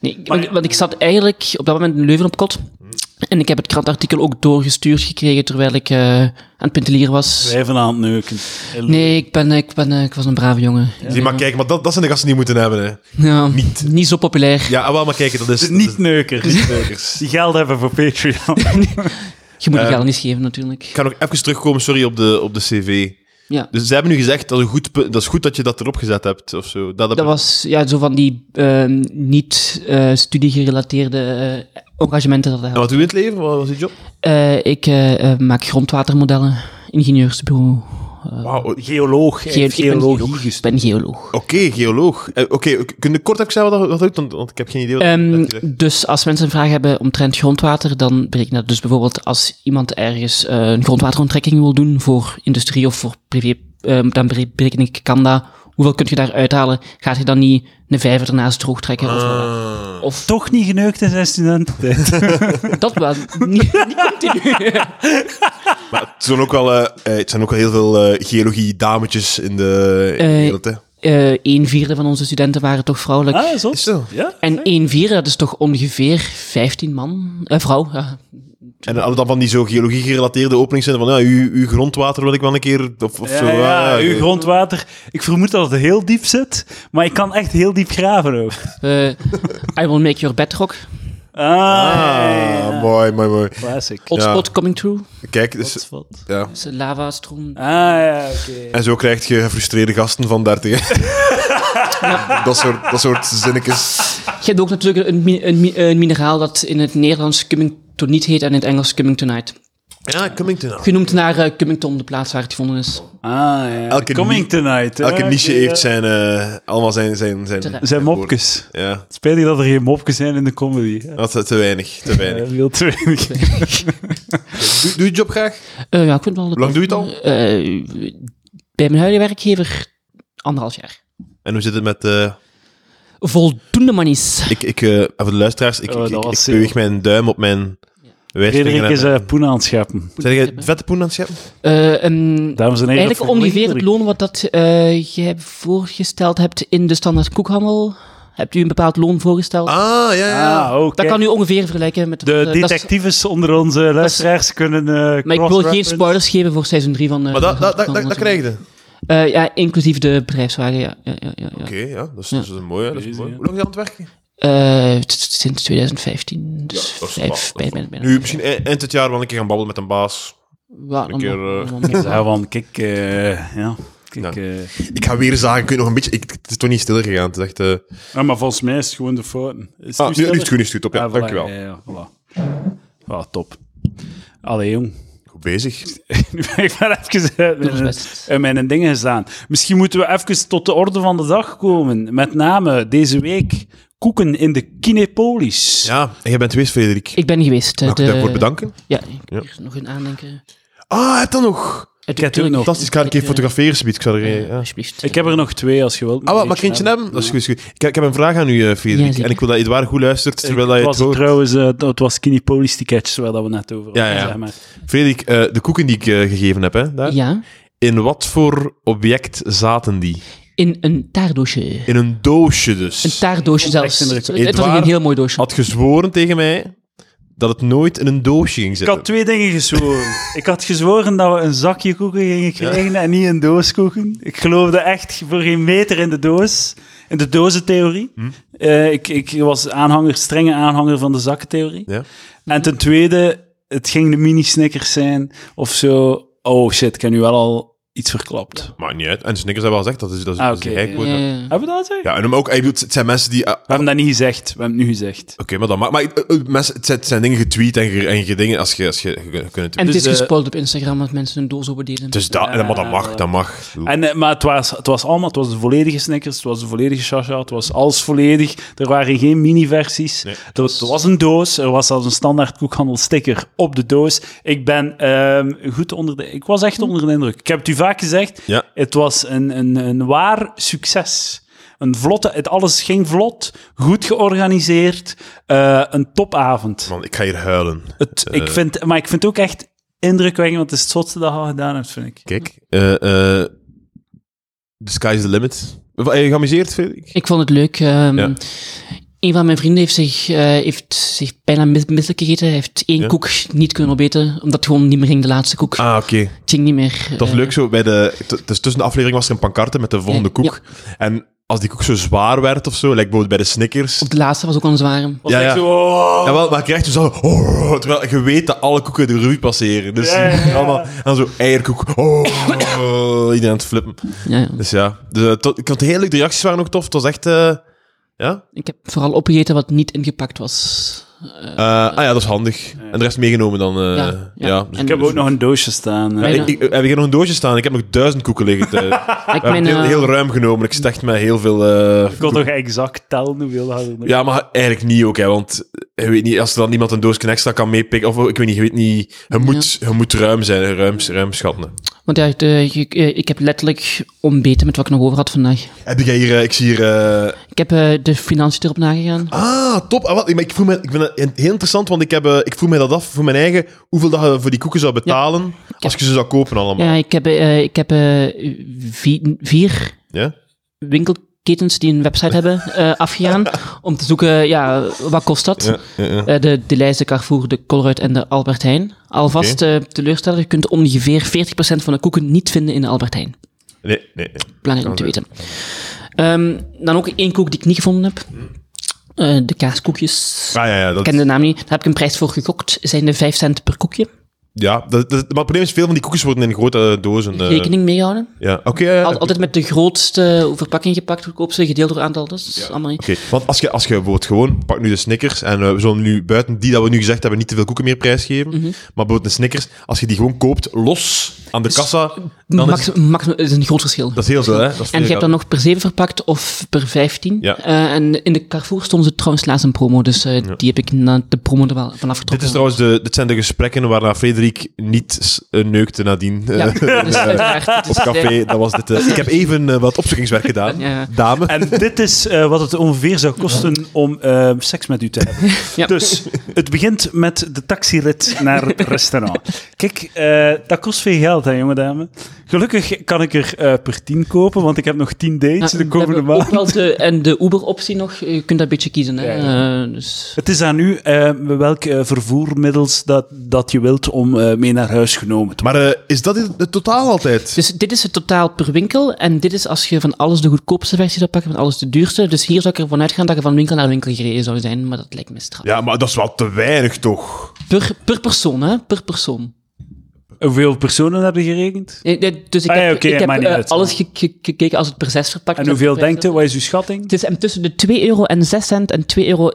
Speaker 1: nee want, want ik zat eigenlijk op dat moment in Leuven op kot. En ik heb het krantartikel ook doorgestuurd gekregen terwijl ik eh, aan het pentelieren was.
Speaker 2: Blijven aan het neuken.
Speaker 3: Dus
Speaker 1: Nee, ik, ben, ik, ben, eh, ik was een brave jongen.
Speaker 3: Zie, maar kijk, maar dat, dat zijn de gasten die moeten hebben, hè?
Speaker 1: Ja, niet. zo populair.
Speaker 3: Ja, ah, wel, maar kijk, dat is...
Speaker 2: Niet neukers.
Speaker 3: burgers.
Speaker 2: Die geld hebben voor Patreon.
Speaker 1: Je moet
Speaker 3: Eh,
Speaker 1: het geld niet geven, natuurlijk.
Speaker 3: Ik ga nog even terugkomen, sorry, op de, op de cv.
Speaker 1: Ja.
Speaker 3: Dus ze hebben nu gezegd, dat is, een goed, punt- dat is goed dat je dat erop gezet hebt, of zo. Dat, heb-
Speaker 1: Dat was ja, zo van die ehm, niet-studiegerelateerde eh, engagementen dat ik
Speaker 3: En
Speaker 1: had.
Speaker 3: wat doe je in het leven? Wat was je job?
Speaker 1: Eh, ik eh, eh, maak grondwatermodellen, ingenieursbureau.
Speaker 3: Wauw, oké,
Speaker 2: Geoloog. Hij heeft
Speaker 1: Geo- ik ben
Speaker 2: geologie
Speaker 1: geoloog. Ik
Speaker 2: gestudeerd.
Speaker 1: ben geoloog.
Speaker 3: geoloog. Eh, Oké, kun je kort even zeggen wat dat- wat dat doet? Want, want ik heb geen idee wat
Speaker 1: Ehm,
Speaker 3: dat doet.
Speaker 1: dus als mensen een vraag hebben omtrent grondwater, dan betekent dat dus bijvoorbeeld als iemand ergens eh, een grondwateronttrekking wil doen voor industrie of voor privé, ehm, dan bere- bereken ik Kanda. Hoeveel kun je daar uithalen? Gaat je dan niet een vijver ernaast droog trekken? Of,
Speaker 3: Ah.
Speaker 1: of
Speaker 2: Toch niet geneukt in zijn studententijd.
Speaker 1: dat wel. Niet, niet continu.
Speaker 3: Maar het zijn ook wel, eh, eh, het zijn ook wel heel veel eh, geologie-dametjes in de, in de
Speaker 1: Eh,
Speaker 3: wereld, hè?
Speaker 1: eh een vierde van onze studenten waren toch vrouwelijk.
Speaker 2: Ah, zo?
Speaker 3: Is zo.
Speaker 2: Ja?
Speaker 1: En een vierde, dat is toch ongeveer 15 man? Eh, vrouw, ja.
Speaker 3: En dan hadden dan van die zo geologie-gerelateerde openingszinnen van, ja, uw, uw grondwater wil ik wel een keer, of, of
Speaker 2: Ja,
Speaker 3: zo.
Speaker 2: ja,
Speaker 3: ah,
Speaker 2: uw
Speaker 3: eh,
Speaker 2: grondwater. Ik vermoed dat het heel diep zit, maar ik kan echt heel diep graven ook.
Speaker 1: Eh, I will make your bedrock.
Speaker 2: Ah,
Speaker 3: Ah,
Speaker 2: ja.
Speaker 3: mooi, mooi, mooi.
Speaker 2: classic.
Speaker 1: Hotspot coming through.
Speaker 3: Kijk, dus,
Speaker 2: Hotspot.
Speaker 3: ja.
Speaker 1: Dus lava, stroom.
Speaker 2: Ah, ja, oké.
Speaker 3: En zo krijg je gefrustreerde gasten van 30. dat, soort, dat soort zinnetjes.
Speaker 1: Je hebt ook natuurlijk een, mi- een, mi- een mineraal dat in het Nederlands Cummingtoniet heet en in het Engels Cummingtonite.
Speaker 3: Ja, coming to now.
Speaker 1: Genoemd naar eh, Cummington, de plaats waar het gevonden is.
Speaker 2: Ah, ja.
Speaker 3: Elke
Speaker 2: Coming
Speaker 3: nie-
Speaker 2: tonight.
Speaker 3: Elke
Speaker 2: Ah,
Speaker 3: niche
Speaker 2: oké,
Speaker 3: heeft
Speaker 2: ja.
Speaker 3: zijn, eh, allemaal zijn, zijn, zijn,
Speaker 1: Terecht.
Speaker 2: Zijn mopjes.
Speaker 3: Ja,
Speaker 2: Spijtig dat er geen mopjes zijn in de comedy.
Speaker 3: dat is te weinig, te
Speaker 2: Eh,
Speaker 3: weinig.
Speaker 2: veel te weinig.
Speaker 3: Doe, doe je job graag?
Speaker 1: Eh, ja, ik vind het wel...
Speaker 3: Hoe lang doe je het al?
Speaker 1: Eh, bij mijn huidige werkgever anderhalf jaar.
Speaker 3: En hoe zit het met... eh,
Speaker 1: Voldoende manies.
Speaker 3: ik, ik, eh, voor de luisteraars, ik,
Speaker 2: Oh,
Speaker 3: ik,
Speaker 2: dat
Speaker 3: ik,
Speaker 2: was
Speaker 3: ik
Speaker 2: heel-
Speaker 3: beweeg mijn duim op mijn wijsvinger.
Speaker 2: Frederik
Speaker 3: en-
Speaker 2: is eh, poen aan het scheppen.
Speaker 3: Zijn jij vette poen aan het scheppen?
Speaker 1: Eh, ehm,
Speaker 2: Dames en heren.
Speaker 1: Eigenlijk
Speaker 2: voor
Speaker 1: ongeveer het
Speaker 2: Frederik.
Speaker 1: loon wat dat, eh, jij voorgesteld hebt in de standaard koekhandel. Hebt u een bepaald loon voorgesteld?
Speaker 3: Ah, ja, ja.
Speaker 2: Ah, oké.
Speaker 1: eh, dat kan u ongeveer vergelijken met... eh,
Speaker 2: De
Speaker 1: dat is-
Speaker 2: detectives onder onze luisteraars kunnen... eh
Speaker 1: maar ik wil geen
Speaker 2: cross-reference.
Speaker 1: spoilers geven voor seizoen 3 van... eh,
Speaker 3: maar dat,
Speaker 1: van
Speaker 3: dat, dat,
Speaker 1: Koekhandel
Speaker 3: dat, dat krijg
Speaker 1: natuurlijk.
Speaker 3: je. Oké,
Speaker 1: Eh, ja, inclusief de bedrijfswagen, ja. ja, ja, ja, ja.
Speaker 3: ja, dat is, dat is een mooie. Dat is een mooie.
Speaker 2: ja.
Speaker 3: Hoe lang is je aan het werken?
Speaker 1: Eh, t- t- sinds 2015, dus
Speaker 3: dat is
Speaker 1: vijf,
Speaker 3: wel-
Speaker 1: bij, bij, bij,
Speaker 3: Nu, misschien e- eind dit jaar wel een keer gaan babbelen met een baas.
Speaker 1: Ja, dan-
Speaker 3: keer,
Speaker 1: dan-
Speaker 3: eh,
Speaker 1: dan-
Speaker 2: Dus
Speaker 1: dan-
Speaker 2: daarvan, kijk, eh, ja... Kijk,
Speaker 3: Ja.
Speaker 2: eh,
Speaker 3: Ik ga weer zagen, kun je nog een beetje... Ik, het is toch niet stil gegaan. Het is echt... eh,
Speaker 2: Ja, Ah, maar volgens mij is het gewoon de fouten. Is het
Speaker 3: ah,
Speaker 2: nu
Speaker 3: nu, nu is
Speaker 2: sneller?
Speaker 3: het goed, nu is het goed. Op, ja,
Speaker 2: Ah, voilà,
Speaker 3: dankjewel.
Speaker 2: Ja, ja, voilà. Ah, top. Allee, jong.
Speaker 3: Goed bezig.
Speaker 2: Nu ben ik maar even uit
Speaker 1: Doe ons
Speaker 2: mijn,
Speaker 1: best.
Speaker 2: uit mijn dingen gestaan. Misschien moeten we even tot de orde van de dag komen. Met name deze week koeken in de Kinepolis.
Speaker 3: Ja, en jij bent geweest, Frederik.
Speaker 1: Ik ben geweest. eh,
Speaker 3: Mag ik
Speaker 1: de-
Speaker 3: daarvoor bedanken?
Speaker 1: Ja, ik heb hier nog een aandenken.
Speaker 3: Ah, heb dat nog?
Speaker 1: Het
Speaker 2: heb er nog.
Speaker 3: Fantastisch, ik ga een
Speaker 1: eh,
Speaker 3: keer fotograferen, Sabiet. Ik zal er... eh, ja.
Speaker 1: Alsjeblieft.
Speaker 2: Ik heb er nog twee als je wilt.
Speaker 3: Ah, wat, mag ik eentje hebben? Dat is goed, is goed. Ik, ik heb een vraag aan u, eh,
Speaker 1: Ja,
Speaker 3: Frederik.
Speaker 1: zeker.
Speaker 3: en ik wil dat Edouard goed luistert, terwijl dat
Speaker 2: Het
Speaker 3: je het
Speaker 2: was
Speaker 3: hoort.
Speaker 2: trouwens, eh, het was Kinepolis tickets waar dat we net over
Speaker 3: Ja,
Speaker 2: hadden,
Speaker 3: ja.
Speaker 2: zeg maar.
Speaker 3: Frederik, eh, de koeken die ik eh, gegeven heb, hè, daar,
Speaker 1: Ja,
Speaker 3: in wat voor object zaten die?
Speaker 1: in een taardoosje.
Speaker 3: In een doosje
Speaker 1: Een
Speaker 3: dus.
Speaker 1: taartdoosje zelfs.
Speaker 2: echt een
Speaker 1: Het,
Speaker 2: indruk.
Speaker 1: het was ook een
Speaker 3: Edouard
Speaker 1: heel mooi doosje.
Speaker 3: Had gezworen tegen mij dat het nooit in een doosje ging
Speaker 2: Ik
Speaker 3: zitten.
Speaker 2: had twee dingen gezworen. ik had gezworen dat we een zakje koeken gingen krijgen en niet een doos koeken. Ik geloofde echt voor geen meter in de doos, in de dozentheorie.
Speaker 1: Hm?
Speaker 2: Eh, ik, ik was aanhanger, strenge aanhanger van de zakkentheorie.
Speaker 3: Ja?
Speaker 2: En ten tweede, het ging de mini-snickers zijn of zo. Oh shit, ik heb nu wel al iets verklapt.
Speaker 3: Maakt niet uit. En Snickers hebben wel gezegd, dat is, dat is,
Speaker 2: Ah,
Speaker 3: dat is
Speaker 2: oké.
Speaker 3: de heikwoord.
Speaker 1: Ja,
Speaker 3: Ja.
Speaker 1: ja.
Speaker 2: Hebben we dat gezegd?
Speaker 3: en hem ook, ik bedoel, het zijn mensen die... eh,
Speaker 2: We hebben dat niet gezegd. We hebben het nu gezegd.
Speaker 3: Oké, maar dan... Maar, maar eh, eh, mensen, het, zijn, het zijn dingen getweet en, ge, en gedingen als je... Als je, je kunt het-
Speaker 1: En
Speaker 2: Dus,
Speaker 1: het is
Speaker 2: eh,
Speaker 1: gespoild op Instagram dat mensen hun doos overdelen.
Speaker 3: dus dat, en, maar dat mag, dat mag. Ik bedoel,
Speaker 2: En, eh, maar het was, het was allemaal, het was de volledige Snickers, het was de volledige Shasha, het was alles volledig. Er waren geen mini-versies.
Speaker 3: Nee.
Speaker 2: Er, was- er was een doos, er was zelfs een standaard koekhandelsticker op de doos. Ik ben ehm, goed onder de... Ik was echt onder de indruk. Ik heb het u vaak gezegd,
Speaker 3: Ja.
Speaker 2: het was een, een, een waar succes. Een vlotte, het alles ging vlot, goed georganiseerd, eh, een topavond.
Speaker 3: Man, ik ga hier huilen.
Speaker 2: Het,
Speaker 3: Eh.
Speaker 2: ik vind, maar ik vind het ook echt indrukwekkend, want het is het zotste dat je al gedaan hebt, vind ik.
Speaker 3: Kijk, eh eh the sky's the limit. Heb je geamuseerd, Felix?
Speaker 1: Ik vond het leuk. ehm,
Speaker 3: Ja.
Speaker 1: Een van mijn vrienden heeft zich, eh, heeft zich bijna mis- misselijk gegeten. Hij heeft één
Speaker 3: Ja.
Speaker 1: koek niet kunnen opeten, omdat het gewoon niet meer ging, de laatste koek.
Speaker 3: Ah, oké.
Speaker 1: Het ging niet meer.
Speaker 3: Dat is
Speaker 1: eh,
Speaker 3: leuk zo. Bij de, t- dus tussen de aflevering was er een pancarte met de volgende
Speaker 1: Ja.
Speaker 3: koek. En als die koek zo zwaar werd of zo, lijkt bijvoorbeeld bij de Snickers.
Speaker 2: Oh.
Speaker 1: Op de laatste was ook al een zware.
Speaker 2: Was
Speaker 3: Ja,
Speaker 2: echt
Speaker 3: ja.
Speaker 2: zo, oh.
Speaker 3: Jawel, maar je krijgt dus zo... Oh, terwijl je weet dat alle koeken de revue passeren. Dus
Speaker 2: Ja, ja, ja.
Speaker 3: allemaal... En dan zo eierkoek. Oh, iedereen aan het flippen.
Speaker 1: Ja, ja.
Speaker 3: Dus ja. Dus, eh, tot- ik vond het heel leuk. De reacties waren ook tof. Het was echt... eh, ja?
Speaker 1: Ik heb vooral opgegeten wat niet ingepakt was. Eh,
Speaker 3: Eh, ah ja, dat is handig. En de rest meegenomen dan. eh,
Speaker 1: Ja,
Speaker 3: ja.
Speaker 1: ja.
Speaker 3: Dus-
Speaker 1: En-
Speaker 2: Ik heb ook nog een doosje staan.
Speaker 1: Wij-
Speaker 2: eh.
Speaker 1: Ja.
Speaker 3: Ik, ik, heb hier nog een doosje staan? Ik heb nog duizend koeken liggen. thuis. We
Speaker 1: ik
Speaker 3: hebben
Speaker 1: ben,
Speaker 3: het heel,
Speaker 1: eh,
Speaker 3: heel ruim genomen. Ik zit echt met heel veel... eh,
Speaker 2: Ik kon toch exact tellen hoeveel dat er nog-
Speaker 3: Ja, maar eigenlijk niet ook, hè, want eh, je weet niet, als er dan iemand een doosje extra kan meepikken, of ik weet niet, je weet niet, je moet, je moet ruim zijn, ruim, ruim schatten.
Speaker 1: Want ja, de- je- eh, ik heb letterlijk ontbeten met wat ik nog over had vandaag.
Speaker 3: Heb jij hier, eh, ik zie hier, eh,
Speaker 1: Ik heb eh, de financiën erop nagegaan.
Speaker 3: ah, top, ah, wat, maar ik, vroeg me, ik vind dat heel interessant, want ik, heb, eh, ik vroeg mij dat af voor mijn eigen, hoeveel dat je voor die koeken zou betalen, als je ze zou kopen allemaal.
Speaker 1: Ja,
Speaker 3: Ja?
Speaker 1: ik heb, eh, ik heb eh, vi- vier winkelketens die een website hebben eh, afgegaan om te zoeken, ja, wat kost dat?
Speaker 3: Ja, ja, ja.
Speaker 1: Eh, de, de lijst, de Carrefour, de Colruyt en de Albert Heijn. Alvast eh teleurstellen, je kunt ongeveer 40% van de koeken niet vinden in de Albert Heijn.
Speaker 3: Nee, nee, nee.
Speaker 1: Belangrijk om te weten. Ehm, dan ook één koek die ik niet gevonden heb. Eh, de kaaskoekjes.
Speaker 3: Ah, ja, ja, dat,
Speaker 1: Ik ken de naam niet. Daar heb ik een prijs voor gekokt. Zijn de 5 cent per koekje.
Speaker 3: ja dat, dat- maar het probleem is, veel van die koekjes worden in grote dozen. eh,
Speaker 1: Rekening mee houden.
Speaker 3: Ja, oké. ja, ja,
Speaker 1: Al-
Speaker 3: oké.
Speaker 1: altijd met de grootste verpakking gepakt, goedkoopste, gedeeld door aantal. Dat is allemaal niet.
Speaker 3: Oké, want als je, als je bijvoorbeeld gewoon, pak nu de Snickers, en eh, we zullen nu buiten die dat we nu gezegd hebben, niet te veel koeken meer prijsgeven,
Speaker 1: Mhm.
Speaker 3: maar bijvoorbeeld de Snickers, als je die gewoon koopt, los, aan de kassa, dan
Speaker 1: Dus Max,
Speaker 3: is,
Speaker 1: max- is een groot verschil.
Speaker 3: dat is heel veel, hè. Dat is
Speaker 1: en je
Speaker 3: veel
Speaker 1: hebt dan nog per 7 verpakt of per 15.
Speaker 3: Ja.
Speaker 1: Eh, en in de Carrefour stonden ze trouwens laatst een promo, dus eh, die heb ik na de promo er wel
Speaker 3: Dit
Speaker 1: vanaf getrokken.
Speaker 3: is trouwens de, dit zijn de gesprekken waarna Frederik niet s- eh, neukte nadien eh,
Speaker 1: Ja, dus uiteraard. het
Speaker 3: op
Speaker 1: is, eh,
Speaker 3: café. Dat was dit, eh, ik heb even eh, wat opzoekingswerk gedaan,
Speaker 1: Ja.
Speaker 3: dame.
Speaker 2: En dit is eh, wat het ongeveer zou kosten om eh, seks met u te hebben.
Speaker 1: Ja.
Speaker 2: Dus het begint met de taxirit naar het restaurant. Kijk, eh, dat kost veel geld, hè, jonge dame. Gelukkig kan ik er eh, per tien kopen, want ik heb nog tien dates
Speaker 1: Ja,
Speaker 2: de
Speaker 1: we
Speaker 2: komende
Speaker 1: hebben
Speaker 2: maand.
Speaker 1: ook wel de, en de Uber-optie nog, je kunt dat een beetje kiezen. Hè?
Speaker 2: Ja, ja.
Speaker 1: Eh, dus.
Speaker 2: Het is aan u eh, welk eh, vervoermiddels dat, dat je wilt om eh, mee naar huis genomen te
Speaker 3: Maar eh, is dat het, het totaal altijd?
Speaker 1: dus dit is het totaal per winkel. En dit is als je van alles de goedkoopste versie zou pakken, van alles de duurste. Dus hier zou ik ervan uitgaan dat je van winkel naar winkel gereden zou zijn, maar dat lijkt me straf.
Speaker 3: Ja, maar dat is wel te weinig, toch?
Speaker 1: Per, per persoon, hè? Per persoon.
Speaker 2: worden. Hoeveel personen hebben gerekend?
Speaker 1: Eh, eh, Dus ik
Speaker 2: Ah ja,
Speaker 1: heb,
Speaker 2: oké,
Speaker 1: ik heb
Speaker 2: maakt niet
Speaker 1: eh,
Speaker 2: uit.
Speaker 1: alles ge- ge- gekeken als het per zes verpakt
Speaker 2: En
Speaker 1: is.
Speaker 2: hoeveel
Speaker 1: Per prijs.
Speaker 2: denkt u? Wat is uw schatting?
Speaker 1: Het is em- tussen de 2 euro en 6 cent en 2,57 euro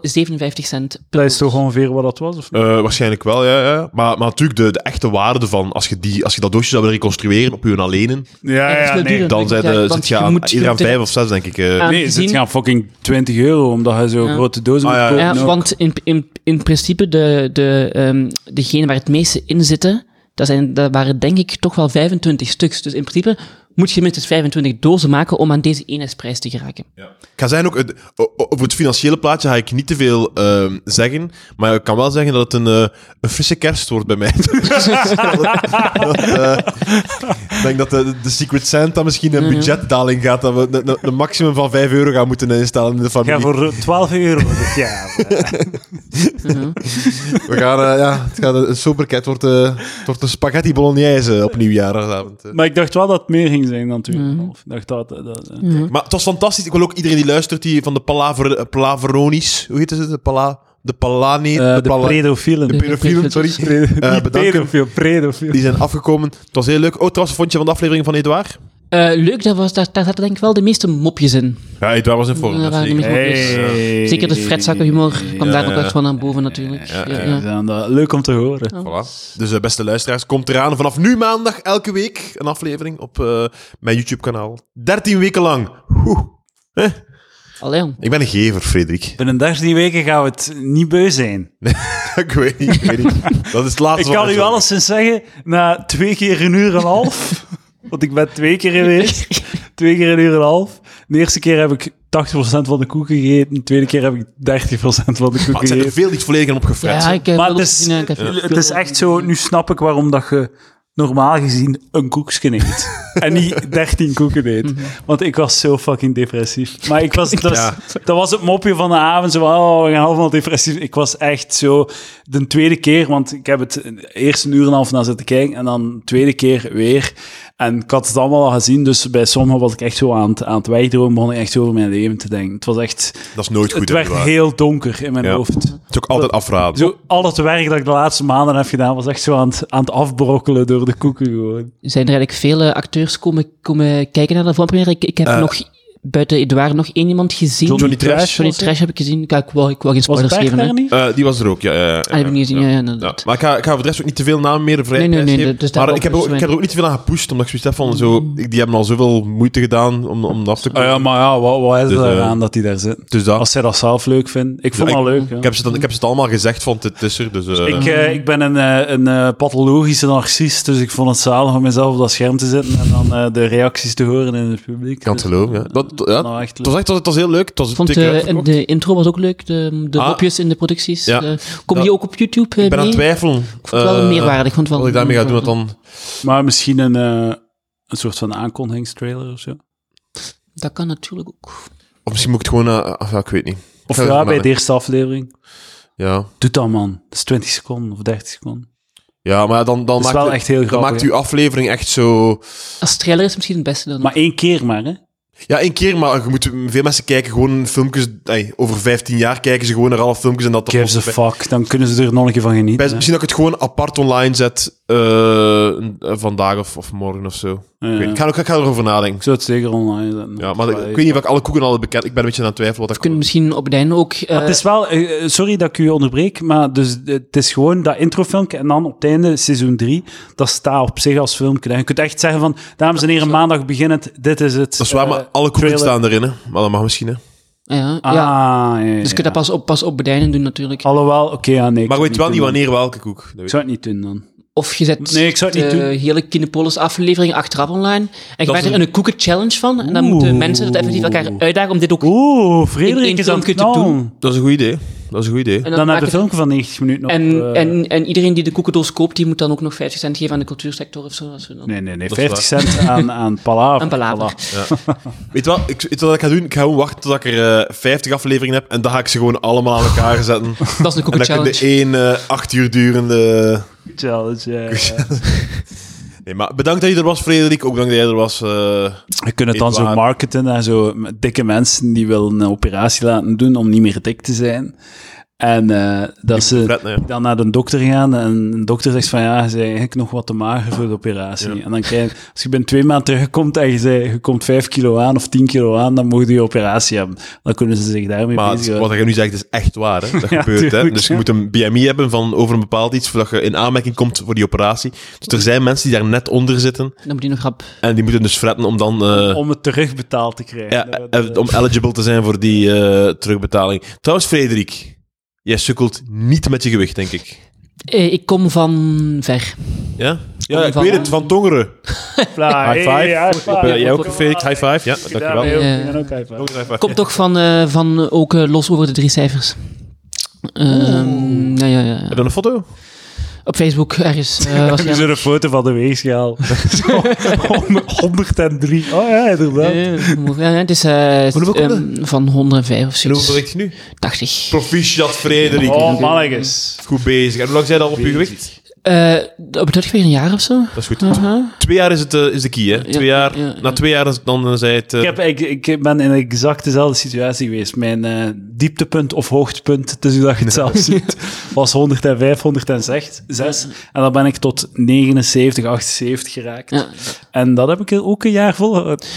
Speaker 1: cent per
Speaker 2: Dat is toch ongeveer wat dat was? Of niet?
Speaker 3: Eh, waarschijnlijk wel, ja. ja. Maar, maar natuurlijk, de, de echte waarde van als je, die, als je dat doosje zou willen reconstrueren op je alleen,
Speaker 1: Ja, dat is veel duurder.
Speaker 3: dan
Speaker 1: Ik-
Speaker 3: zijn
Speaker 1: ja,
Speaker 3: de,
Speaker 1: want
Speaker 3: zit je
Speaker 1: je
Speaker 3: aan
Speaker 1: moet- je
Speaker 3: ieder aan
Speaker 1: moet-
Speaker 3: vijf of zes, denk ik. eh.
Speaker 1: Ah,
Speaker 2: Nee,
Speaker 1: gezien-
Speaker 2: zit gaan fucking 20 euro omdat hij zo'n
Speaker 1: Ja.
Speaker 2: grote doos moet
Speaker 3: Ah, ja, ja.
Speaker 2: kopen. Nou.
Speaker 1: Ja,
Speaker 2: ook.
Speaker 1: Eh, want in, in, in principe, de, de, ehm, degene waar het meeste in zitten, dat, zijn, dat waren denk ik toch wel 25 stuks. Dus in principe moet je minstens 25 dozen maken om aan deze eenheidsprijs te geraken.
Speaker 3: Ik ga zeggen ook, het- o- o- over het financiële plaatje ga ik niet te veel ehm, zeggen, maar ik kan wel zeggen dat het een, eh, een frisse kerst wordt bij mij. Dat, eh, ik denk dat de, de Secret Santa misschien
Speaker 1: Mhm.
Speaker 3: een budgetdaling gaat, dat we een- een- een maximum van 5 euro gaan moeten instellen in de
Speaker 2: Ik ga
Speaker 3: familie.
Speaker 2: voor 12 euro dit jaar.
Speaker 3: We gaan, eh, ja, het gaat een, een soberket wordt, eh, het wordt een spaghetti bolognese op nieuwjaarsavond. eh.
Speaker 2: maar ik dacht wel dat het meer ging zijn dan 2,5.
Speaker 1: Mhm.
Speaker 2: Ik dacht dat... dat, dat- eh,
Speaker 3: eh. Maar het was fantastisch. Ik wil ook iedereen die luistert, die van de Palaver, eh, Palaveronies, hoe eh, heet het? De Pala, de Palani,
Speaker 2: Eh, de
Speaker 3: Pala-
Speaker 2: predofielen.
Speaker 3: de
Speaker 1: Dus-
Speaker 3: pedofielen, sorry.
Speaker 2: Pre- niet
Speaker 3: Eh, bedanken.
Speaker 2: pedofiel, predofiel.
Speaker 3: Die zijn afgekomen. Het was heel leuk. Oh, trouwens, vond je van de aflevering van Edouard?
Speaker 1: Eh, leuk, daar, was, daar, daar zaten denk ik wel de meeste mopjes in.
Speaker 3: Ja, Edouard was in vorm.
Speaker 1: Ja,
Speaker 3: dat
Speaker 1: waren
Speaker 3: zeker.
Speaker 1: die
Speaker 2: Hey.
Speaker 1: Zeker de fretzakkenhumor kwam daar ook
Speaker 3: ja.
Speaker 1: echt wel naar boven natuurlijk. Ja, ja.
Speaker 2: Eh, Ja, dan, eh, Leuk om te horen.
Speaker 3: Voilà. Dus eh, beste luisteraars, komt eraan vanaf nu maandag elke week een aflevering op eh, mijn YouTube-kanaal. 13 weken lang. Oeh.
Speaker 1: Allee, jong.
Speaker 3: Ik ben een gever, Frederik.
Speaker 2: Binnen 13 weken gaan we het niet beu zijn.
Speaker 3: ik weet niet, ik weet niet. Dat is het laatste
Speaker 2: Ik
Speaker 3: wat
Speaker 2: kan
Speaker 3: we
Speaker 2: u
Speaker 3: doen.
Speaker 2: alleszins zeggen, na twee keer een uur en een half, want ik ben twee keer geweest, twee keer een uur en een half. De eerste keer heb ik 80% van de koek gegeten, de tweede keer heb ik 30% van de koek
Speaker 3: Maar het zijn er
Speaker 2: gegeten.
Speaker 3: veel die het volledig aan opgefret.
Speaker 1: ja,
Speaker 3: zijn.
Speaker 1: ik heb
Speaker 2: Maar
Speaker 1: wel
Speaker 2: het is,
Speaker 1: gezien, eh, ik heb veel-
Speaker 2: het is echt zo, nu snap ik waarom dat je normaal gezien een koekje eet. en niet 13 koeken eet.
Speaker 1: Mhm.
Speaker 2: Want ik was zo fucking depressief. Maar ik was, dat,
Speaker 3: Ja.
Speaker 2: dat was het mopje van de avond. Zo, van, oh, we gaan allemaal depressief. Ik was echt zo, de tweede keer, want ik heb het eerst een uur en een half naar zitten kijken. En dan de tweede keer weer. En ik had het allemaal al gezien, dus bij sommigen was ik echt zo aan het, aan het wegdromen, begon ik echt zo over mijn leven te denken. Het was echt,
Speaker 3: Dat is nooit goed.
Speaker 2: het werd
Speaker 3: Edouard.
Speaker 2: heel donker in mijn
Speaker 3: Ja.
Speaker 2: hoofd.
Speaker 3: Het is ook altijd afraden.
Speaker 2: Zo, al het werk dat ik de laatste maanden heb gedaan, was echt zo aan het, aan het afbrokkelen door de koeken gewoon.
Speaker 1: Zijn er eigenlijk vele acteurs komen, komen kijken naar de filmpremière? Ik, ik heb nog buiten Edouard nog één iemand gezien.
Speaker 3: Eh. Johnny Trash
Speaker 1: Johnny Trash heb ik gezien. Kijk, ik wou, ik wou geen
Speaker 2: Was
Speaker 1: spoilers
Speaker 2: Bert
Speaker 1: geven. hè.
Speaker 2: daar niet?
Speaker 3: Eh, die was er ook, ja. ja, ja,
Speaker 1: Ah, die heb ik niet gezien, ja, ja, inderdaad.
Speaker 3: Ja, maar ik ga, ik ga voor de rest ook niet te veel namen meer vrij
Speaker 1: Nee, nee, nee,
Speaker 3: prijsgeven.
Speaker 1: dat- dus
Speaker 3: maar
Speaker 1: daarop
Speaker 3: ik heb, ook,
Speaker 1: is
Speaker 3: ik heb er ook niet te veel aan gepusht, omdat ik zoiets heb van zo...
Speaker 1: Mm.
Speaker 3: ik- die hebben al zoveel moeite gedaan om, om dat af te
Speaker 2: Ah
Speaker 3: komen.
Speaker 2: ja, maar ja, wat, wat is
Speaker 3: Dus,
Speaker 2: er
Speaker 3: eh,
Speaker 2: aan dat die daar zit?
Speaker 3: Dus dat.
Speaker 2: Als zij dat zelf leuk vindt. Ik vond
Speaker 3: Ja,
Speaker 2: het wel leuk. ja.
Speaker 3: Ik, heb ze dan, ik heb ze het allemaal gezegd, van het is er, dus... eh,
Speaker 2: Ik, eh, ik ben een, eh, een eh, pathologische narcist, dus ik vond het zalig om mezelf op dat scherm te zetten en dan eh, de reacties te horen in het publiek. Dus,
Speaker 3: Ik kan het geloven, ja. Dat, ja.
Speaker 2: Nou, echt
Speaker 3: het, was echt, het was heel leuk. Het was
Speaker 1: Ik vond
Speaker 3: dik
Speaker 1: eh,
Speaker 3: uitverkocht.
Speaker 1: de intro was ook leuk, de, de
Speaker 3: Ah.
Speaker 1: mopjes in de producties.
Speaker 3: Ja.
Speaker 1: Eh, kom
Speaker 3: Ja.
Speaker 1: die ook op YouTube eh,
Speaker 3: Ik ben aan
Speaker 1: mee?
Speaker 3: het twijfelen.
Speaker 1: Ik vond het wel een
Speaker 3: eh,
Speaker 1: meerwaarde. Ik vond het wel
Speaker 3: Wat ik daarmee ga doen, dat dan...
Speaker 2: Maar misschien een, eh, een soort van aankondigingstrailer of zo.
Speaker 1: Dat kan natuurlijk ook.
Speaker 3: Of misschien moet ik het gewoon... eh, ah, ja, ik weet niet.
Speaker 2: Of
Speaker 3: Ik ga
Speaker 2: ja,
Speaker 3: het
Speaker 2: bij
Speaker 3: maken.
Speaker 2: de eerste aflevering.
Speaker 3: Ja.
Speaker 2: Doe dat, man. Dat is 20 seconden of 30 seconden.
Speaker 3: Ja, maar dan, dan,
Speaker 2: Dat is
Speaker 3: maakt,
Speaker 2: wel
Speaker 3: u-
Speaker 2: echt heel
Speaker 3: dan
Speaker 2: grappig.
Speaker 3: maakt
Speaker 2: hè.
Speaker 3: uw aflevering echt zo...
Speaker 1: Als trailer is misschien het beste dan.
Speaker 2: Maar één keer maar, hè?
Speaker 3: Ja, één keer, maar je moet, veel mensen kijken gewoon filmpjes... ey, over 15 jaar kijken ze gewoon naar alle filmpjes en dat... dat
Speaker 2: Gives a
Speaker 3: bij-
Speaker 2: fuck, dan kunnen ze er nog een keer van
Speaker 3: bij-
Speaker 2: genieten. hè.
Speaker 3: Misschien dat ik het gewoon apart online zet eh, eh, vandaag of, of morgen of zo.
Speaker 2: Ja,
Speaker 3: Ik, weet,
Speaker 2: ja.
Speaker 3: ik, ga, er ook- ik ga erover nadenken.
Speaker 2: Ik zou het zeker online zetten.
Speaker 3: Ja, maar ik, ik weet niet of ik alle koeken al bekend... Ik ben een beetje aan het twijfelen wat
Speaker 1: We kunnen
Speaker 3: ik...
Speaker 1: misschien op het einde ook... eh,
Speaker 2: Het is wel, eh, eh, sorry dat ik u onderbreek, maar dus, eh, het is gewoon dat introfilmpje en dan op het einde, seizoen 3, dat staat op zich als filmpje. En je kunt echt zeggen van, dames en heren, maandag beginnend, dit is het.
Speaker 3: Dat is waar,
Speaker 2: eh,
Speaker 3: maar alle koeken
Speaker 2: trailer.
Speaker 3: staan erin, hè. Maar dat mag misschien, hè.
Speaker 1: eh, ja,
Speaker 2: Ah,
Speaker 1: ja.
Speaker 2: ja, ja,
Speaker 1: Dus je kunt
Speaker 2: ja.
Speaker 1: dat pas op, pas op het einde doen natuurlijk.
Speaker 2: Alhoewel, oké, ja, nee. ik
Speaker 3: Maar
Speaker 2: zou
Speaker 3: ik weet wel niet
Speaker 2: doen.
Speaker 3: wanneer welke koek. Dat weet
Speaker 2: Ik
Speaker 3: ik.
Speaker 2: zou het niet doen dan.
Speaker 1: Of je zet
Speaker 2: Nee, ik zou het niet
Speaker 1: de
Speaker 2: doen.
Speaker 1: hele Kinepolis aflevering achteraf online. En je
Speaker 3: Dat is
Speaker 1: maakt er
Speaker 3: een-
Speaker 1: een cookie challenge van. En dan
Speaker 2: Oeh.
Speaker 1: moeten mensen het effectief elkaar uitdagen om dit ook...
Speaker 2: Oeh,
Speaker 1: In
Speaker 2: Frederik
Speaker 1: één
Speaker 2: is aan het
Speaker 1: filmpje te
Speaker 2: knallen.
Speaker 1: doen.
Speaker 3: Dat is een goed idee. Dat is een goed idee.
Speaker 1: En
Speaker 2: Dan heb je
Speaker 1: maak
Speaker 2: een
Speaker 1: je-
Speaker 2: filmpje van 90 minuten op,
Speaker 1: En,
Speaker 2: eh,
Speaker 1: en, en iedereen die de koekendoos koopt, die moet dan ook nog 50 cent geven aan de cultuursector of zo. Als we dan...
Speaker 2: Nee, nee, nee,
Speaker 3: Dat is
Speaker 2: 50 cent aan, aan Palaver.
Speaker 1: Aan Palaver.
Speaker 2: Voilà.
Speaker 3: Weet je wel, ik, weet je wat ik ga doen? Ik ga gewoon wachten tot ik er eh, 50 afleveringen heb en dan ga ik ze gewoon allemaal aan elkaar zetten.
Speaker 1: Dat is
Speaker 3: en
Speaker 1: een cookie
Speaker 3: dan kan
Speaker 1: challenge.
Speaker 3: de één eh acht uur durende...
Speaker 2: Challenge, ja, ja.
Speaker 3: Nee, maar bedankt dat je er was, Frederik. Ook bedankt dat jij er was. eh.
Speaker 2: Je kunt het dan zo
Speaker 3: Edouard.
Speaker 2: marketen naar zo dikke mensen die willen een operatie laten doen om niet meer dik te zijn. En eh, dat ze
Speaker 3: Fred, nee.
Speaker 2: dan naar de dokter gaan en de dokter zegt van ja, je bent eigenlijk nog wat te mager voor de operatie. En dan krijg je, als je binnen twee maanden terugkomt en je, zei, je komt vijf kilo aan of tien kilo aan, dan mogen je je operatie hebben. Dan kunnen ze zich daarmee
Speaker 3: Maar het-
Speaker 2: bezighouden.
Speaker 3: wat je nu zegt is echt waar. Hè? Dat
Speaker 2: Ja,
Speaker 3: gebeurt. hè?
Speaker 2: tuurlijk,
Speaker 3: Dus je
Speaker 2: ja.
Speaker 3: moet een BMI hebben van over een bepaald iets voordat je in aanmerking komt voor die operatie. Dus er zijn mensen die daar net onder zitten
Speaker 1: Dan moet die nog rap...
Speaker 3: en die moeten dus fretten om dan... eh,
Speaker 2: Om het terugbetaald te krijgen.
Speaker 3: Ja,
Speaker 2: Dat-
Speaker 3: eh, om eligible te zijn voor die eh, terugbetaling. Trouwens, Frederik, jij sukkelt niet met je gewicht, denk ik.
Speaker 1: Eh, ik kom van ver.
Speaker 3: Ja? Ja, ik
Speaker 1: van-
Speaker 3: weet het, van Tongeren.
Speaker 2: Vla-
Speaker 3: High
Speaker 2: hey,
Speaker 3: five.
Speaker 2: high five.
Speaker 3: Eh, jij ook,
Speaker 1: Kom
Speaker 3: Frederik, high five. Ja, dankjewel.
Speaker 2: Ja,
Speaker 1: Eh,
Speaker 2: ik ben ook high five.
Speaker 3: High five.
Speaker 1: Komt toch van, eh, van eh, ook eh, los over de drie cijfers. Ehm ja, ja, ja, ja.
Speaker 3: Heb je dan een foto?
Speaker 1: Op Facebook ergens. eh, was
Speaker 2: Zo'n een foto van de weegschaal. Zo, 103. Oh ja, inderdaad.
Speaker 1: Nee, nee, nee, het is eh,
Speaker 3: Hoeveel komt
Speaker 1: ehm, van 105 of
Speaker 3: En hoeveel
Speaker 1: zoiets.
Speaker 3: weegt je nu?
Speaker 1: 80.
Speaker 3: Proficiat, Frederik.
Speaker 2: Oh, mannetjes.
Speaker 3: Goed bezig. En hoe lang zijn je al op je gewicht?
Speaker 1: Eh, dat beduidt weer een jaar of zo.
Speaker 3: Dat is goed.
Speaker 1: Aha.
Speaker 3: Twee jaar is, het, eh, is de key, hè? Twee jaar,
Speaker 1: ja, ja.
Speaker 3: Na twee jaar is het dan eh, zei het. eh,
Speaker 2: Ik, heb, ik, ik ben in exact dezelfde situatie geweest. Mijn eh, dieptepunt of hoogtepunt, het is hoe dat je het zelf ziet, was 105, 106. zes. En dan ben ik tot 79, 78 geraakt.
Speaker 1: Ja.
Speaker 2: En dat heb ik ook een jaar volgehouden.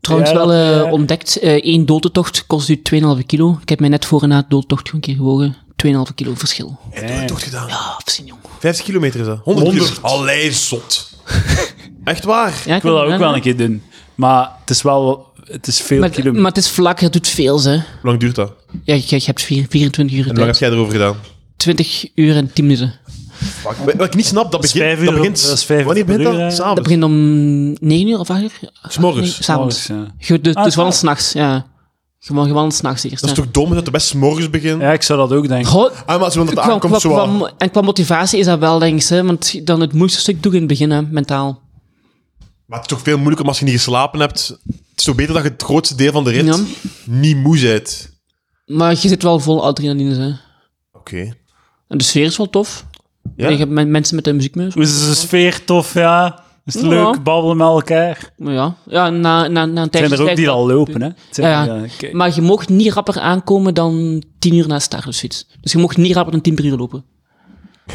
Speaker 1: Trouwens,
Speaker 2: Ja,
Speaker 1: wel
Speaker 2: dat-
Speaker 1: eh,
Speaker 2: ja.
Speaker 1: ontdekt, eh één doodtocht kost u 2,5 kilo. Ik heb mij net voor en na de doodtocht een keer gewogen. 2,5 kilo verschil.
Speaker 3: Hij heeft een tocht gedaan.
Speaker 1: Ah, verzin, jong.
Speaker 3: 50 kilometer is dat. 100,
Speaker 2: 100.
Speaker 3: kilometer. Allee, zot. Echt waar?
Speaker 1: Ja,
Speaker 2: Ik wil dat ook wel een
Speaker 1: keer.
Speaker 2: keer doen. Maar het is wel... Het is veel
Speaker 1: Maar,
Speaker 2: kilometer.
Speaker 1: maar het is vlak, het doet veel, hè.
Speaker 3: Hoe lang duurt dat? En hoe
Speaker 1: Ja, je, je hebt vier- 24 uur
Speaker 3: lang heb
Speaker 1: tijd.
Speaker 3: jij erover gedaan?
Speaker 1: 20 uur en 10 minuten.
Speaker 3: Wat, wat ik niet snap, dat
Speaker 2: is
Speaker 3: begint...
Speaker 2: vijf
Speaker 3: Dat
Speaker 2: uur-
Speaker 3: begint
Speaker 2: dat is vijf uur
Speaker 3: wanneer
Speaker 2: per
Speaker 3: begint
Speaker 2: uur,
Speaker 3: dat?
Speaker 2: hè?
Speaker 1: Dat
Speaker 3: S'avonds.
Speaker 1: begint om 9 uur of 8 uur?
Speaker 3: S'morgens.
Speaker 1: Nee, s'avonds.
Speaker 2: S'morgens, ja.
Speaker 1: Je- Dus,
Speaker 2: Ah,
Speaker 1: dus wel
Speaker 2: s'avonds.
Speaker 1: s'nachts, ja. Gewoon, gewoon s'nachts eerst.
Speaker 3: Dat is
Speaker 1: ja.
Speaker 3: toch dom dat het best morgens begint?
Speaker 2: Ja, ik zou dat ook denken.
Speaker 1: Goh,
Speaker 3: Ah, maar als iemand dat
Speaker 1: qua,
Speaker 3: aankomt,
Speaker 1: qua-
Speaker 3: zo wel.
Speaker 1: qua- en qua motivatie is dat wel, denk ik. Hè? Want dan het moeilijkste stuk doe ik in het begin, hè, mentaal.
Speaker 3: Maar het is toch veel moeilijker maar als je niet geslapen hebt. Het is toch beter dat je het grootste deel van de rit
Speaker 1: Ja.
Speaker 3: niet moe bent.
Speaker 1: Maar je zit wel vol adrenaline, hè.
Speaker 3: Oké.
Speaker 1: En de sfeer is wel tof.
Speaker 3: Ja?
Speaker 1: En je hebt men- mensen met de muziek mee.
Speaker 2: Hoe is de sfeer tof, ja? Is het
Speaker 1: Ja.
Speaker 2: leuk, babbelen met elkaar?
Speaker 1: Maar ja, ja na, na, na een tijdje...
Speaker 2: zijn er ook
Speaker 1: krijg je
Speaker 2: die
Speaker 1: wel-
Speaker 2: al lopen, hè? Het zijn-
Speaker 1: Ja,
Speaker 2: ja,
Speaker 1: ja.
Speaker 2: oké.
Speaker 1: Maar je mocht niet rapper aankomen dan 10 uur na start of zoiets. Dus je mocht niet rapper dan 10 per uur lopen.